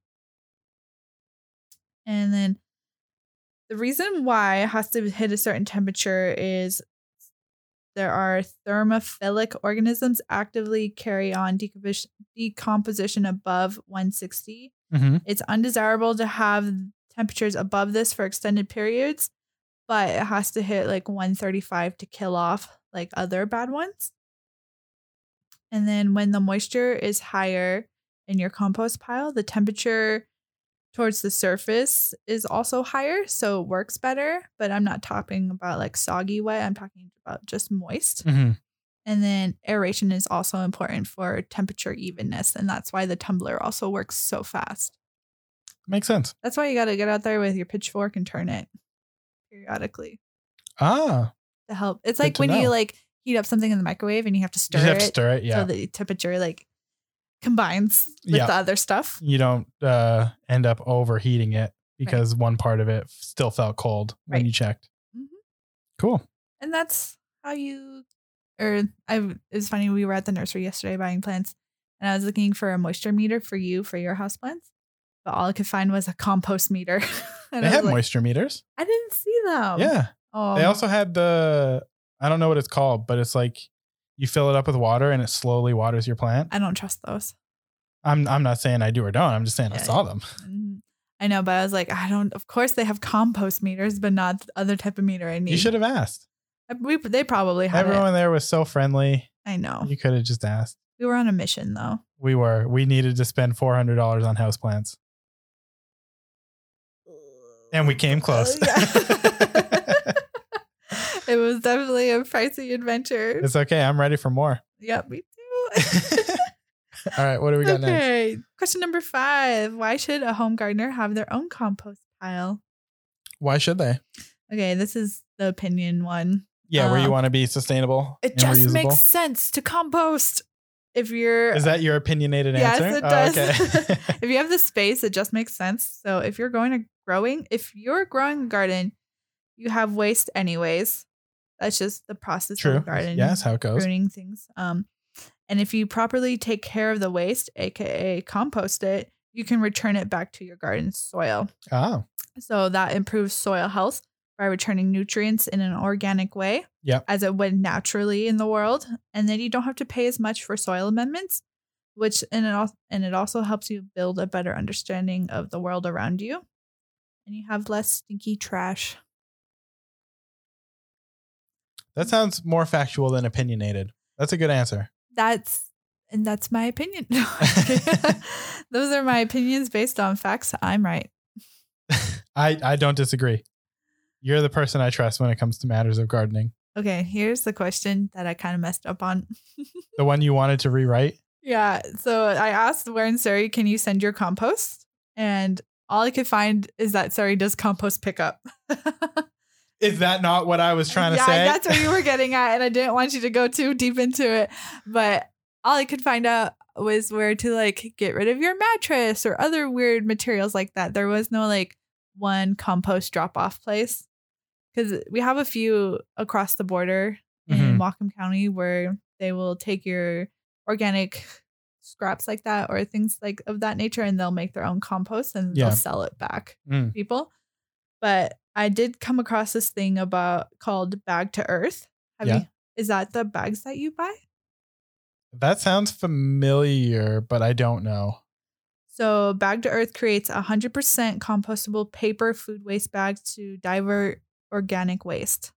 Speaker 2: And then the reason why it has to hit a certain temperature is there are thermophilic organisms actively carry on decomposition, decomposition above 160
Speaker 1: Mm-hmm.
Speaker 2: it's undesirable to have temperatures above this for extended periods, but it has to hit like 135 to kill off like other bad ones. And then when the moisture is higher in your compost pile, the temperature towards the surface is also higher, so it works better. But I'm not talking about like soggy wet, I'm talking about just moist.
Speaker 1: Mhm.
Speaker 2: And then aeration is also important for temperature evenness. And that's why the tumbler also works so fast.
Speaker 1: Makes sense.
Speaker 2: That's why you got to get out there with your pitchfork and turn it periodically
Speaker 1: Ah,
Speaker 2: to help. It's
Speaker 1: Good
Speaker 2: like
Speaker 1: to
Speaker 2: when you
Speaker 1: know.
Speaker 2: like heat up something in the microwave and you have to stir
Speaker 1: you have
Speaker 2: it
Speaker 1: to stir it. Yeah.
Speaker 2: so the temperature like combines with
Speaker 1: Yeah.
Speaker 2: the other stuff.
Speaker 1: you don't uh, end up overheating it because one part of it still felt cold when
Speaker 2: Right.
Speaker 1: you checked.
Speaker 2: Mhm.
Speaker 1: Cool.
Speaker 2: And that's how you or I it was funny we were at the nursery yesterday buying plants and I was looking for a moisture meter for you for your houseplants. But all I could find was a compost meter. And
Speaker 1: they
Speaker 2: I was
Speaker 1: have
Speaker 2: like,
Speaker 1: moisture meters.
Speaker 2: I didn't see them.
Speaker 1: yeah.
Speaker 2: Oh,
Speaker 1: They also had the, I don't know what it's called, but it's like you fill it up with water and it slowly waters your plant.
Speaker 2: I don't trust those.
Speaker 1: I'm, I'm not saying I do or don't. I'm just saying I
Speaker 2: Yeah,
Speaker 1: saw them.
Speaker 2: Mhm. I know, but I was like, I don't. Of course, they have compost meters, but not the other type of meter I need.
Speaker 1: You should have asked.
Speaker 2: We, they probably have.
Speaker 1: Everyone there was so friendly.
Speaker 2: I know.
Speaker 1: You could have just asked.
Speaker 2: We were on a mission though.
Speaker 1: We were. We needed to spend $400 on houseplants. And we came close.
Speaker 2: Uh, yeah. it was definitely a pricey adventure.
Speaker 1: it's okay. I'm ready for more.
Speaker 2: yep, me
Speaker 1: All
Speaker 2: too.
Speaker 1: right. What do we got next?
Speaker 2: okay. Question number five: Why should a home gardener have their own compost pile?
Speaker 1: Why should they?
Speaker 2: Okay, this is the opinion one.
Speaker 1: Yeah, where you
Speaker 2: Um,
Speaker 1: want to be sustainable.
Speaker 2: It
Speaker 1: and
Speaker 2: just
Speaker 1: reusable.
Speaker 2: makes sense to compost. If you're
Speaker 1: Is that your opinionated
Speaker 2: Yes,
Speaker 1: answer? Oh,
Speaker 2: it does.
Speaker 1: okay.
Speaker 2: if you have the space, it just makes sense. So if you're going to growing, if you're growing a garden, you have waste anyways. That's just the process
Speaker 1: True.
Speaker 2: of gardening,
Speaker 1: Yeah, that's how it goes.
Speaker 2: pruning things. Um, and if you properly take care of the waste, aka compost it, you can return it back to your garden soil.
Speaker 1: Oh,
Speaker 2: So that improves soil health by returning nutrients in an organic way.
Speaker 1: Yep.
Speaker 2: As it would naturally in the world. And then you don't have to pay as much for soil amendments, which and it also and it also helps you build a better understanding of the world around you. And you have less stinky trash.
Speaker 1: that sounds more factual than opinionated. That's a good answer.
Speaker 2: That's and that's my opinion. No, I'm kidding. Those are my opinions based on facts. I'm right.
Speaker 1: I, I don't disagree. You're the person I trust when it comes to matters of gardening.
Speaker 2: Okay, here's the question that I kind of messed up on.
Speaker 1: The one you wanted to rewrite.
Speaker 2: Yeah. So I asked where in Surrey can you send your compost? And all I could find is that Surrey does compost pickup.
Speaker 1: Is that not what I was trying to
Speaker 2: yeah,
Speaker 1: say?
Speaker 2: that's what you were getting at. And I didn't want you to go too deep into it. But all I could find out was where to like get rid of your mattress or other weird materials like that. There was no like one compost drop off place. Cause we have a few across the border in
Speaker 1: Mhm.
Speaker 2: Whatcom County where they will take your organic scraps like that or things like of that nature and they'll make their own compost and
Speaker 1: Yeah.
Speaker 2: they'll sell it back to
Speaker 1: Mm.
Speaker 2: people. But I did come across this thing about called bag to earth. Have
Speaker 1: Yeah.
Speaker 2: you, is that the bags that you buy?
Speaker 1: That sounds familiar, but I don't know.
Speaker 2: So, Bag to Earth creates 100% compostable paper food waste bags to divert organic waste.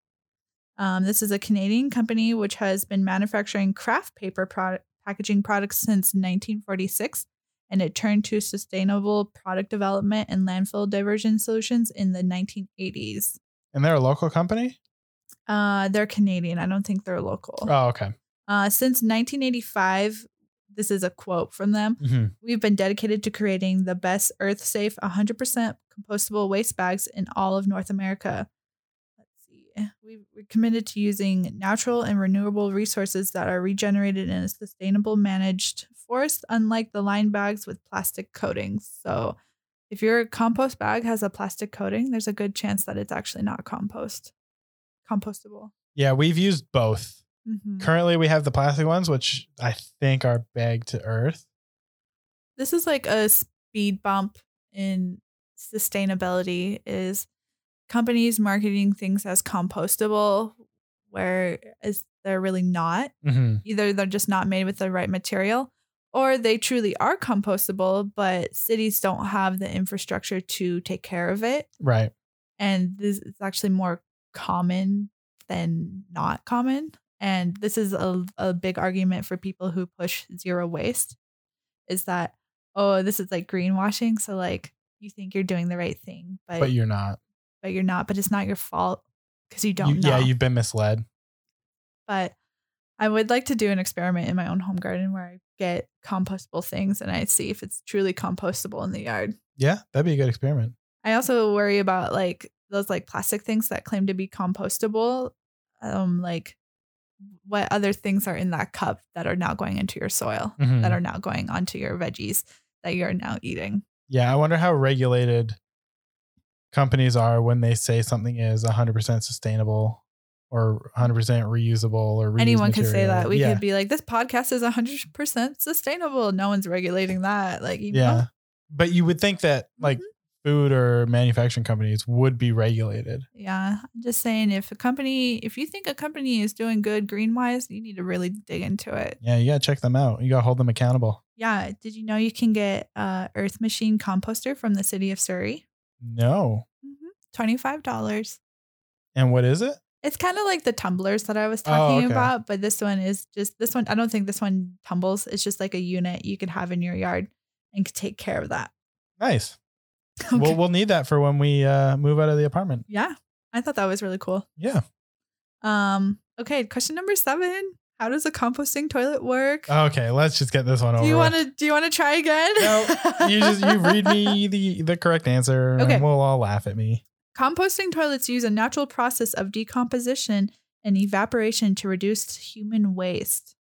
Speaker 2: Um, this is a Canadian company which has been manufacturing craft paper product, packaging products since 1946, and it turned to sustainable product development and landfill diversion solutions in the 1980s.
Speaker 1: And they're a local company?
Speaker 2: Uh, they're Canadian. I don't think they're local.
Speaker 1: Oh, okay.
Speaker 2: Uh, since 1985, this is a quote from them.
Speaker 1: hmm
Speaker 2: We've been dedicated to creating the best earth safe, 100% compostable waste bags in all of North America. Let's see. We- We're committed to using natural and renewable resources that are regenerated in a sustainable managed forest, unlike the line bags with plastic coatings. So, if your compost bag has a plastic coating, there's a good chance that it's actually not compost, compostable.
Speaker 1: Yeah, we've used both.
Speaker 2: Mhm.
Speaker 1: Currently, we have the plastic ones, which I think are bag to earth.
Speaker 2: this is like a speed bump in sustainability is companies marketing things as compostable where is they're really not
Speaker 1: Mm-hmm.
Speaker 2: either they're just not made with the right material or they truly are compostable but cities don't have the infrastructure to take care of it
Speaker 1: Right.
Speaker 2: and this is actually more common than not common and this is a, a big argument for people who push zero waste is that oh this is like greenwashing so like you think you're doing the right thing but
Speaker 1: but you're not.
Speaker 2: but you're not but it's not your fault because you don't
Speaker 1: You,
Speaker 2: know
Speaker 1: yeah, you've been misled.
Speaker 2: but I would like to do an experiment in my own home garden where I get compostable things and I see if it's truly compostable in the yard.
Speaker 1: Yeah, that'd be a good experiment.
Speaker 2: I also worry about like those like plastic things that claim to be compostable. Um, like what other things are in that cup that are now going into your soil,
Speaker 1: Mhm.
Speaker 2: that are now going onto your veggies that you're now eating.
Speaker 1: Yeah, I wonder how regulated companies are when they say something is 100% sustainable or 100% reusable or reused
Speaker 2: Anyone could say
Speaker 1: material.
Speaker 2: that. We
Speaker 1: yeah,
Speaker 2: could be like, this podcast is 100% sustainable. No one's regulating that. Like, you
Speaker 1: yeah.
Speaker 2: know,
Speaker 1: But you would think that like
Speaker 2: Mhm.
Speaker 1: food or manufacturing companies would be regulated.
Speaker 2: Yeah, I'm just saying if a company, if you think a company is doing good green wise, you need to really dig into it.
Speaker 1: Yeah, you got to check them out. You got to hold them accountable.
Speaker 2: Yeah, did you know you can get uh, Earth Machine composter from the city of Surrey?
Speaker 1: No.
Speaker 2: Mm-hmm. Twenty-five dollars.
Speaker 1: And what is it?
Speaker 2: It's kind of like the tumblers that I was
Speaker 1: Oh,
Speaker 2: talking
Speaker 1: okay.
Speaker 2: about, but this one is just this one. I don't think this one tumbles. It's just like a unit you could have in your yard and could take care of that.
Speaker 1: Nice.
Speaker 2: Okay.
Speaker 1: Well, we'll need that for when we uh, move out of the apartment.
Speaker 2: yeah, I thought that was really cool.
Speaker 1: Yeah.
Speaker 2: Um, okay, question number seven: How does a composting toilet work?
Speaker 1: Okay, let's just get this one over.
Speaker 2: Do you
Speaker 1: with.
Speaker 2: want to? Do you want to try again?
Speaker 1: No, you just you read me the the correct answer
Speaker 2: Okay.
Speaker 1: and we'll all laugh at me.
Speaker 2: Composting toilets use a natural process of decomposition and evaporation to reduce human waste.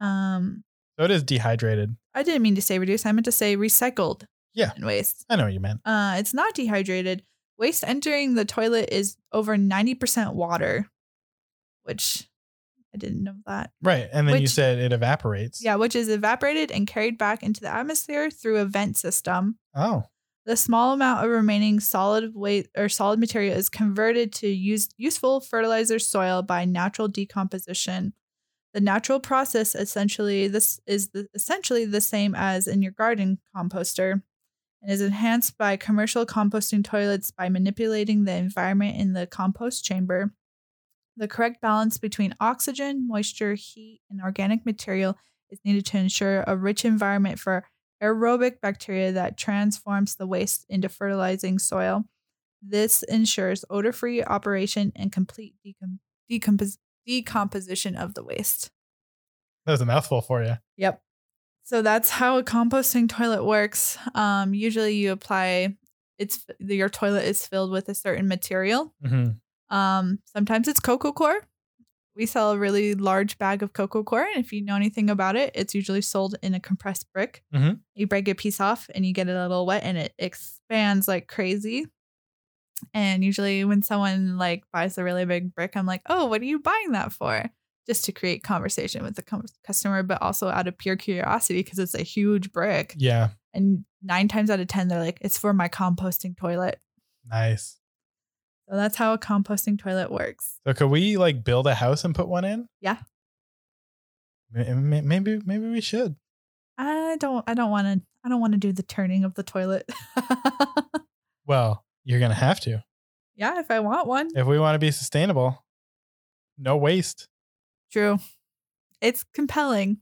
Speaker 2: Um,
Speaker 1: So it is dehydrated.
Speaker 2: I didn't mean to say reduce. I meant to say recycled.
Speaker 1: Yeah.
Speaker 2: human waste.
Speaker 1: I know what you meant.
Speaker 2: Uh, it's not dehydrated. Waste entering the toilet is over ninety percent water, which I didn't know that.
Speaker 1: Right. And then you
Speaker 2: Which-
Speaker 1: said it evaporates.
Speaker 2: Yeah, which is evaporated and carried back into the atmosphere through a vent system.
Speaker 1: Oh.
Speaker 2: The small amount of remaining solid waste or solid material is converted to use, useful fertilizer soil by natural decomposition. The natural process essentially this is the, essentially the same as in your garden composter and is enhanced by commercial composting toilets by manipulating the environment in the compost chamber. The correct balance between oxygen, moisture, heat, and organic material is needed to ensure a rich environment for aerobic bacteria that transforms the waste into fertilizing soil. This ensures odor free operation and complete decom- decompos- decomposition of the waste.
Speaker 1: That was a mouthful for you.
Speaker 2: Yep. So that's how a composting toilet works. Um, usually, you apply it's your toilet is filled with a certain material.
Speaker 1: hmm
Speaker 2: Um, sometimes it's cocoa core. We sell a really large bag of cocoa core, and if you know anything about it, it's usually sold in a compressed brick.
Speaker 1: Mhm.
Speaker 2: You break a piece off, and you get it a little wet, and it expands like crazy. And usually, when someone like buys a really big brick, I'm like, "Oh, what are you buying that for?" Just to create conversation with the cum- customer, but also out of pure curiosity because it's a huge brick.
Speaker 1: Yeah.
Speaker 2: And nine times out of ten, they're like, "It's for my composting toilet."
Speaker 1: Nice.
Speaker 2: So that's how a composting toilet works.
Speaker 1: So could we like build a house and put one in?
Speaker 2: Yeah.
Speaker 1: May- may- Maybe maybe we should.
Speaker 2: I don't I don't want to I don't want to do the turning of the toilet.
Speaker 1: Well, you're gonna have to.
Speaker 2: yeah, if I want one.
Speaker 1: If we want to be sustainable, no waste.
Speaker 2: True. It's compelling.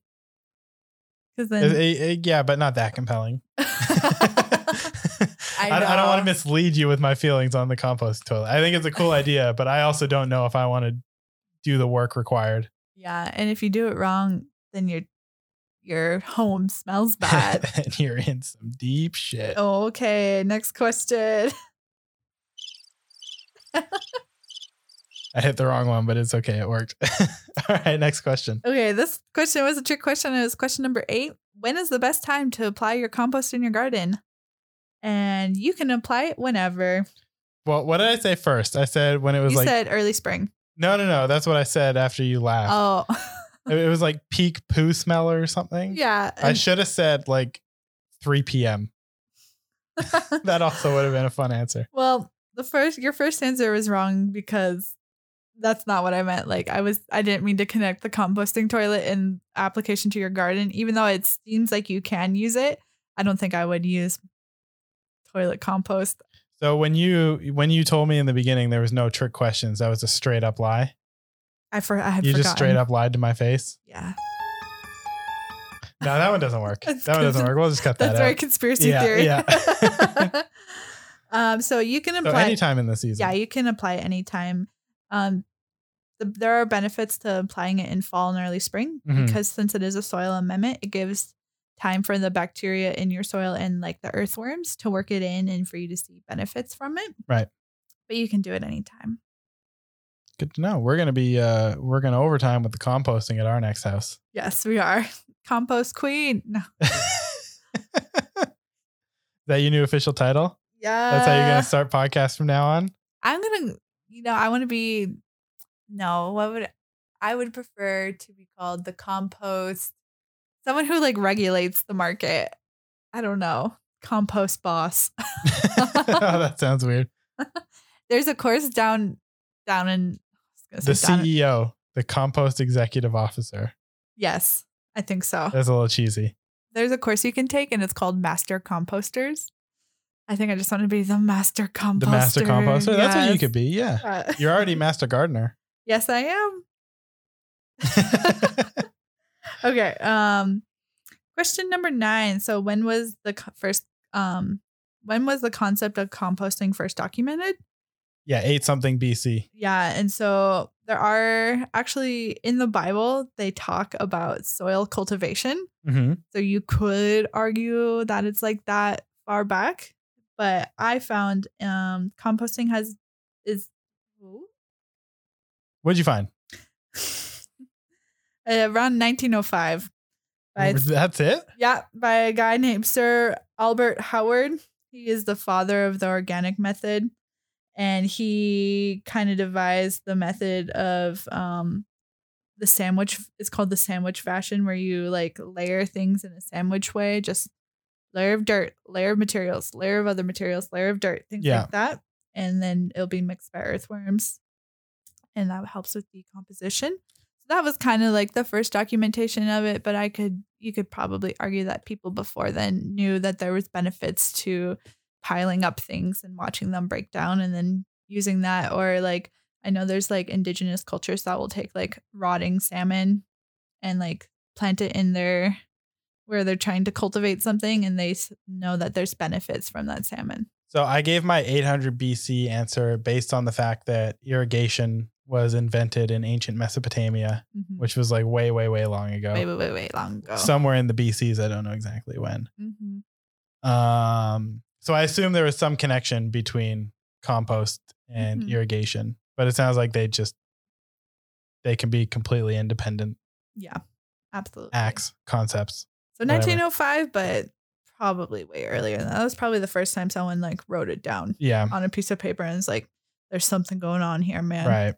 Speaker 2: Cuz then
Speaker 1: It- it- it- yeah, but not that compelling. I, I
Speaker 2: know.
Speaker 1: don't want to mislead you with my feelings on the compost toilet. I think it's a cool idea, but I also don't know if I want to do the work required.
Speaker 2: yeah, and if you do it wrong, then your your home smells bad.
Speaker 1: and you're in some deep shit.
Speaker 2: Oh. okay, next question.
Speaker 1: I hit the wrong one, but it's okay. It worked. All right, next question.
Speaker 2: Okay, this question was a trick question. It was question number 8. When is the best time to apply your compost in your garden? And you can apply it whenever.
Speaker 1: Well, what did I say first? I said when it was
Speaker 2: You
Speaker 1: like
Speaker 2: said early spring.
Speaker 1: no, no, no. That's what I said after you laughed.
Speaker 2: Oh.
Speaker 1: It- It was like peak poo smell or something.
Speaker 2: yeah.
Speaker 1: I
Speaker 2: and-
Speaker 1: should have said like 3 p.m. That also would have been a fun answer.
Speaker 2: Well, the first your first answer was wrong because that's not what I meant. Like I was I didn't mean to connect the composting toilet and application to your garden, even though it seems like you can use it. I don't think I would use toilet compost.
Speaker 1: So when you when you told me in the beginning there was no trick questions, that was a straight up lie.
Speaker 2: I for I had
Speaker 1: you
Speaker 2: forgotten.
Speaker 1: just straight up lied to my face.
Speaker 2: Yeah.
Speaker 1: No, that one doesn't work.
Speaker 2: That's
Speaker 1: that one doesn't
Speaker 2: good.
Speaker 1: work. We'll just cut that
Speaker 2: That's
Speaker 1: out.
Speaker 2: right, conspiracy
Speaker 1: Yeah,
Speaker 2: theory.
Speaker 1: yeah.
Speaker 2: um, so you can
Speaker 1: So
Speaker 2: apply
Speaker 1: anytime in the season.
Speaker 2: Yeah, you can apply it anytime. Um, the, there are benefits to applying it in fall and early spring
Speaker 1: Mhm.
Speaker 2: because since it is a soil amendment, it gives time for the bacteria in your soil and like the earthworms to work it in and for you to see benefits from it.
Speaker 1: Right.
Speaker 2: But you can do it anytime.
Speaker 1: Good to know. We're gonna be uh we're gonna overtime with the composting at our next house.
Speaker 2: Yes, we are. Compost queen. No.
Speaker 1: Is that your new official title?
Speaker 2: Yeah.
Speaker 1: That's how you're gonna start podcasts from now on.
Speaker 2: I'm gonna, you know, I want to be. No, what would I would prefer to be called the compost? Someone who like regulates the market. I don't know, compost boss.
Speaker 1: oh, that sounds weird.
Speaker 2: There's a course down, down in I was
Speaker 1: The
Speaker 2: gonna say down in-
Speaker 1: CEO, the compost executive officer.
Speaker 2: yes, I think so.
Speaker 1: That's a little cheesy.
Speaker 2: There's a course you can take, and it's called Master Composters. I think I just want to be the master composter.
Speaker 1: The master composter. That's what you
Speaker 2: yes.
Speaker 1: could be. Yeah.
Speaker 2: Uh,
Speaker 1: You're already master gardener.
Speaker 2: yes, I am. Okay. Um, question number nine. So when was the co- first um when was the concept of composting first documented?
Speaker 1: yeah, eight something BC.
Speaker 2: Yeah, and so there are actually in the Bible they talk about soil cultivation.
Speaker 1: Mm-hmm.
Speaker 2: So you could argue that it's like that far back, but I found um composting has is
Speaker 1: What'd you find?
Speaker 2: around 1905 by its
Speaker 1: That's it.
Speaker 2: Yeah, by a guy named Sir Albert Howard. He is the father of the organic method, and he kind of devised the method of um, the sandwich. It's called the sandwich fashion, where you like layer things in a sandwich way, just layer of dirt, layer of materials, layer of other materials, layer of dirt, things
Speaker 1: Yeah.
Speaker 2: like that, and then it'll be mixed by earthworms, and that helps with decomposition. So that was kind of like the first documentation of it, but I could you could probably argue that people before then knew that there was benefits to piling up things and watching them break down and then using that or like I know there's like indigenous cultures that will take like rotting salmon and like plant it in their where they're trying to cultivate something and they s- know that there's benefits from that salmon.
Speaker 1: So I gave my 800 BC answer based on the fact that irrigation was invented in ancient Mesopotamia,
Speaker 2: Mhm.
Speaker 1: which was like way, way, Mm. way long ago.
Speaker 2: Wait, wait, wait, wait, long ago.
Speaker 1: Somewhere in the BCs, I don't know exactly when.
Speaker 2: hmm
Speaker 1: Um, so I assume there was some connection between compost and
Speaker 2: Mhm.
Speaker 1: irrigation, but it sounds like they just they can be completely independent
Speaker 2: Yeah, absolutely.
Speaker 1: acts, concepts.
Speaker 2: So
Speaker 1: Whatever.
Speaker 2: 1905, but probably way earlier. than That That was probably the first time someone like wrote it down
Speaker 1: Yeah.
Speaker 2: on a piece of paper and was like, "There's something going on here, man."
Speaker 1: Right.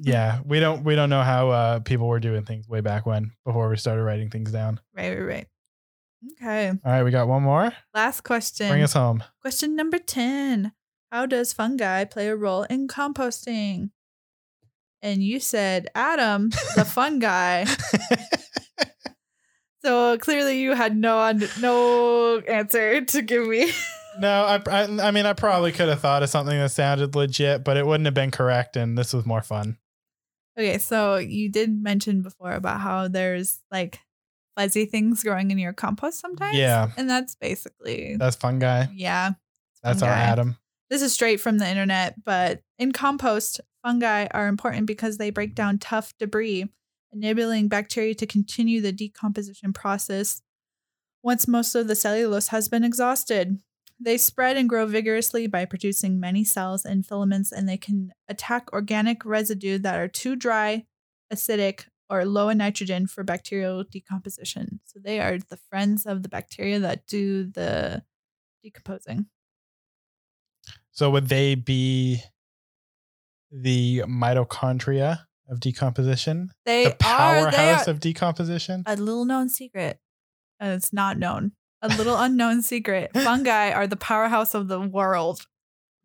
Speaker 1: yeah, we don't we don't know how uh, people were doing things way back when before we started writing things down.
Speaker 2: right, right, right. Okay.
Speaker 1: All right, we got one more.
Speaker 2: Last question.
Speaker 1: Bring us home.
Speaker 2: question number ten: How does fungi play a role in composting? And you said Adam, the fungi. So clearly, you had no un- no answer to give me.
Speaker 1: no, I, I I mean I probably could have thought of something that sounded legit, but it wouldn't have been correct, and this was more fun.
Speaker 2: Okay, so you did mention before about how there's like fuzzy things growing in your compost sometimes.
Speaker 1: Yeah.
Speaker 2: And that's basically,
Speaker 1: That's fungi.
Speaker 2: yeah.
Speaker 1: That's our
Speaker 2: Fungi.
Speaker 1: Adam.
Speaker 2: This is straight from the internet, but in compost, fungi are important because they break down tough debris, enabling bacteria to continue the decomposition process once most of the cellulose has been exhausted. They spread and grow vigorously by producing many cells and filaments, and they can attack organic residue that are too dry, acidic, or low in nitrogen for bacterial decomposition. So they are the friends of the bacteria that do the decomposing.
Speaker 1: So would they be the mitochondria of decomposition?
Speaker 2: They
Speaker 1: the
Speaker 2: are. They are
Speaker 1: powerhouse of decomposition?
Speaker 2: a little known secret. Uh, it's not known. A little unknown secret. Fungi are the powerhouse of the world.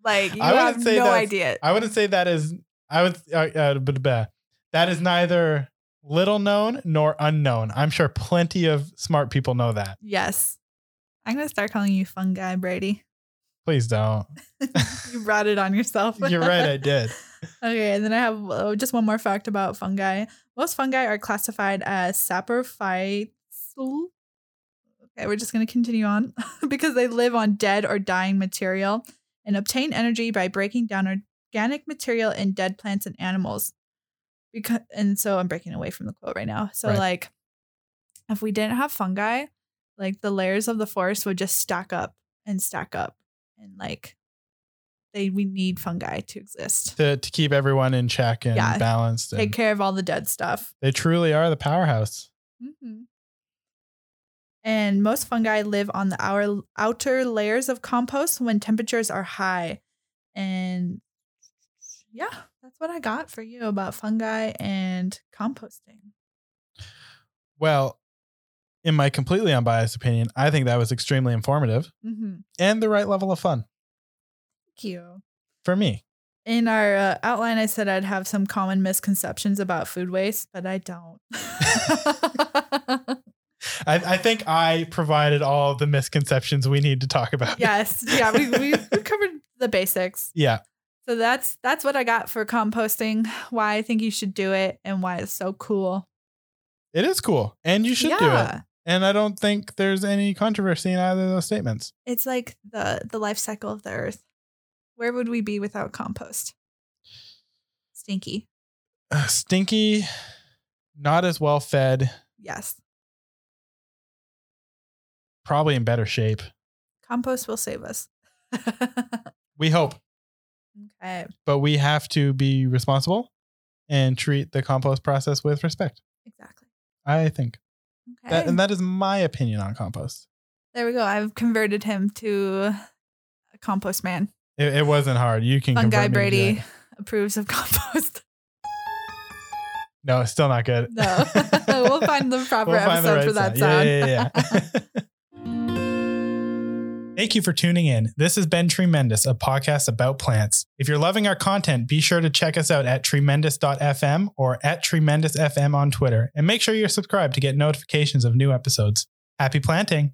Speaker 2: Like you
Speaker 1: I wouldn't
Speaker 2: have
Speaker 1: say
Speaker 2: no
Speaker 1: that's-
Speaker 2: idea.
Speaker 1: I wouldn't say that is. I would. Uh, uh, but, but, that is neither little known nor unknown. I'm sure plenty of smart people know that.
Speaker 2: yes. I'm gonna start calling you fungi, Brady.
Speaker 1: Please don't.
Speaker 2: you brought it on yourself.
Speaker 1: You're right. I did.
Speaker 2: Okay, and then I have uh, just one more fact about fungi. Most fungi are classified as saprophytes. Okay, we're just going to continue on because they live on dead or dying material and obtain energy by breaking down organic material in dead plants and animals. Because and so I'm breaking away from the quote right now. So
Speaker 1: Right.
Speaker 2: like, if we didn't have fungi, like the layers of the forest would just stack up and stack up, and like, they we need fungi to exist
Speaker 1: to, to keep everyone in check and
Speaker 2: Yeah.
Speaker 1: balanced.
Speaker 2: take
Speaker 1: And
Speaker 2: care of all the dead stuff. Mm-hmm.
Speaker 1: they truly are the powerhouse.
Speaker 2: And most fungi live on the outer, outer layers of compost when temperatures are high. And yeah, that's what I got for you about fungi and composting.
Speaker 1: Well, in my completely unbiased opinion, I think that was extremely informative
Speaker 2: Mm-hmm.
Speaker 1: and the right level of fun
Speaker 2: Thank you.
Speaker 1: for me.
Speaker 2: In our uh, outline, I said I'd have some common misconceptions about food waste, but I don't.
Speaker 1: I, I think I provided all the misconceptions we need to talk about.
Speaker 2: yes. Yeah, we, we, we covered the basics.
Speaker 1: Yeah.
Speaker 2: So that's that's what I got for composting, why I think you should do it and why it's so cool.
Speaker 1: It is cool. And you should do it. And I don't think there's any controversy in either of those statements.
Speaker 2: It's like the the life cycle of the earth. Where would we be without compost? Stinky.
Speaker 1: Uh, stinky, not as well fed,
Speaker 2: Yes.
Speaker 1: probably in better shape.
Speaker 2: Compost will save us.
Speaker 1: We hope,
Speaker 2: okay.
Speaker 1: but we have to be responsible and treat the compost process with respect.
Speaker 2: Exactly.
Speaker 1: I think
Speaker 2: Okay.
Speaker 1: that, and that is my opinion on compost.
Speaker 2: there we go. I've converted him to a compost man.
Speaker 1: It, it wasn't hard. You can
Speaker 2: Fun guy
Speaker 1: convert me to
Speaker 2: Brady
Speaker 1: that.
Speaker 2: approves of compost.
Speaker 1: No, it's still not good.
Speaker 2: No. we'll find the proper
Speaker 1: We'll
Speaker 2: episode
Speaker 1: find the right
Speaker 2: for that
Speaker 1: sound.
Speaker 2: sound.
Speaker 1: Yeah, yeah, yeah. Thank you for tuning in. This has been Tremendous, a podcast about plants. If you're loving our content, be sure to check us out at tremendous.fm or at tremendousfm on Twitter. And make sure you're subscribed to get notifications of new episodes. Happy planting!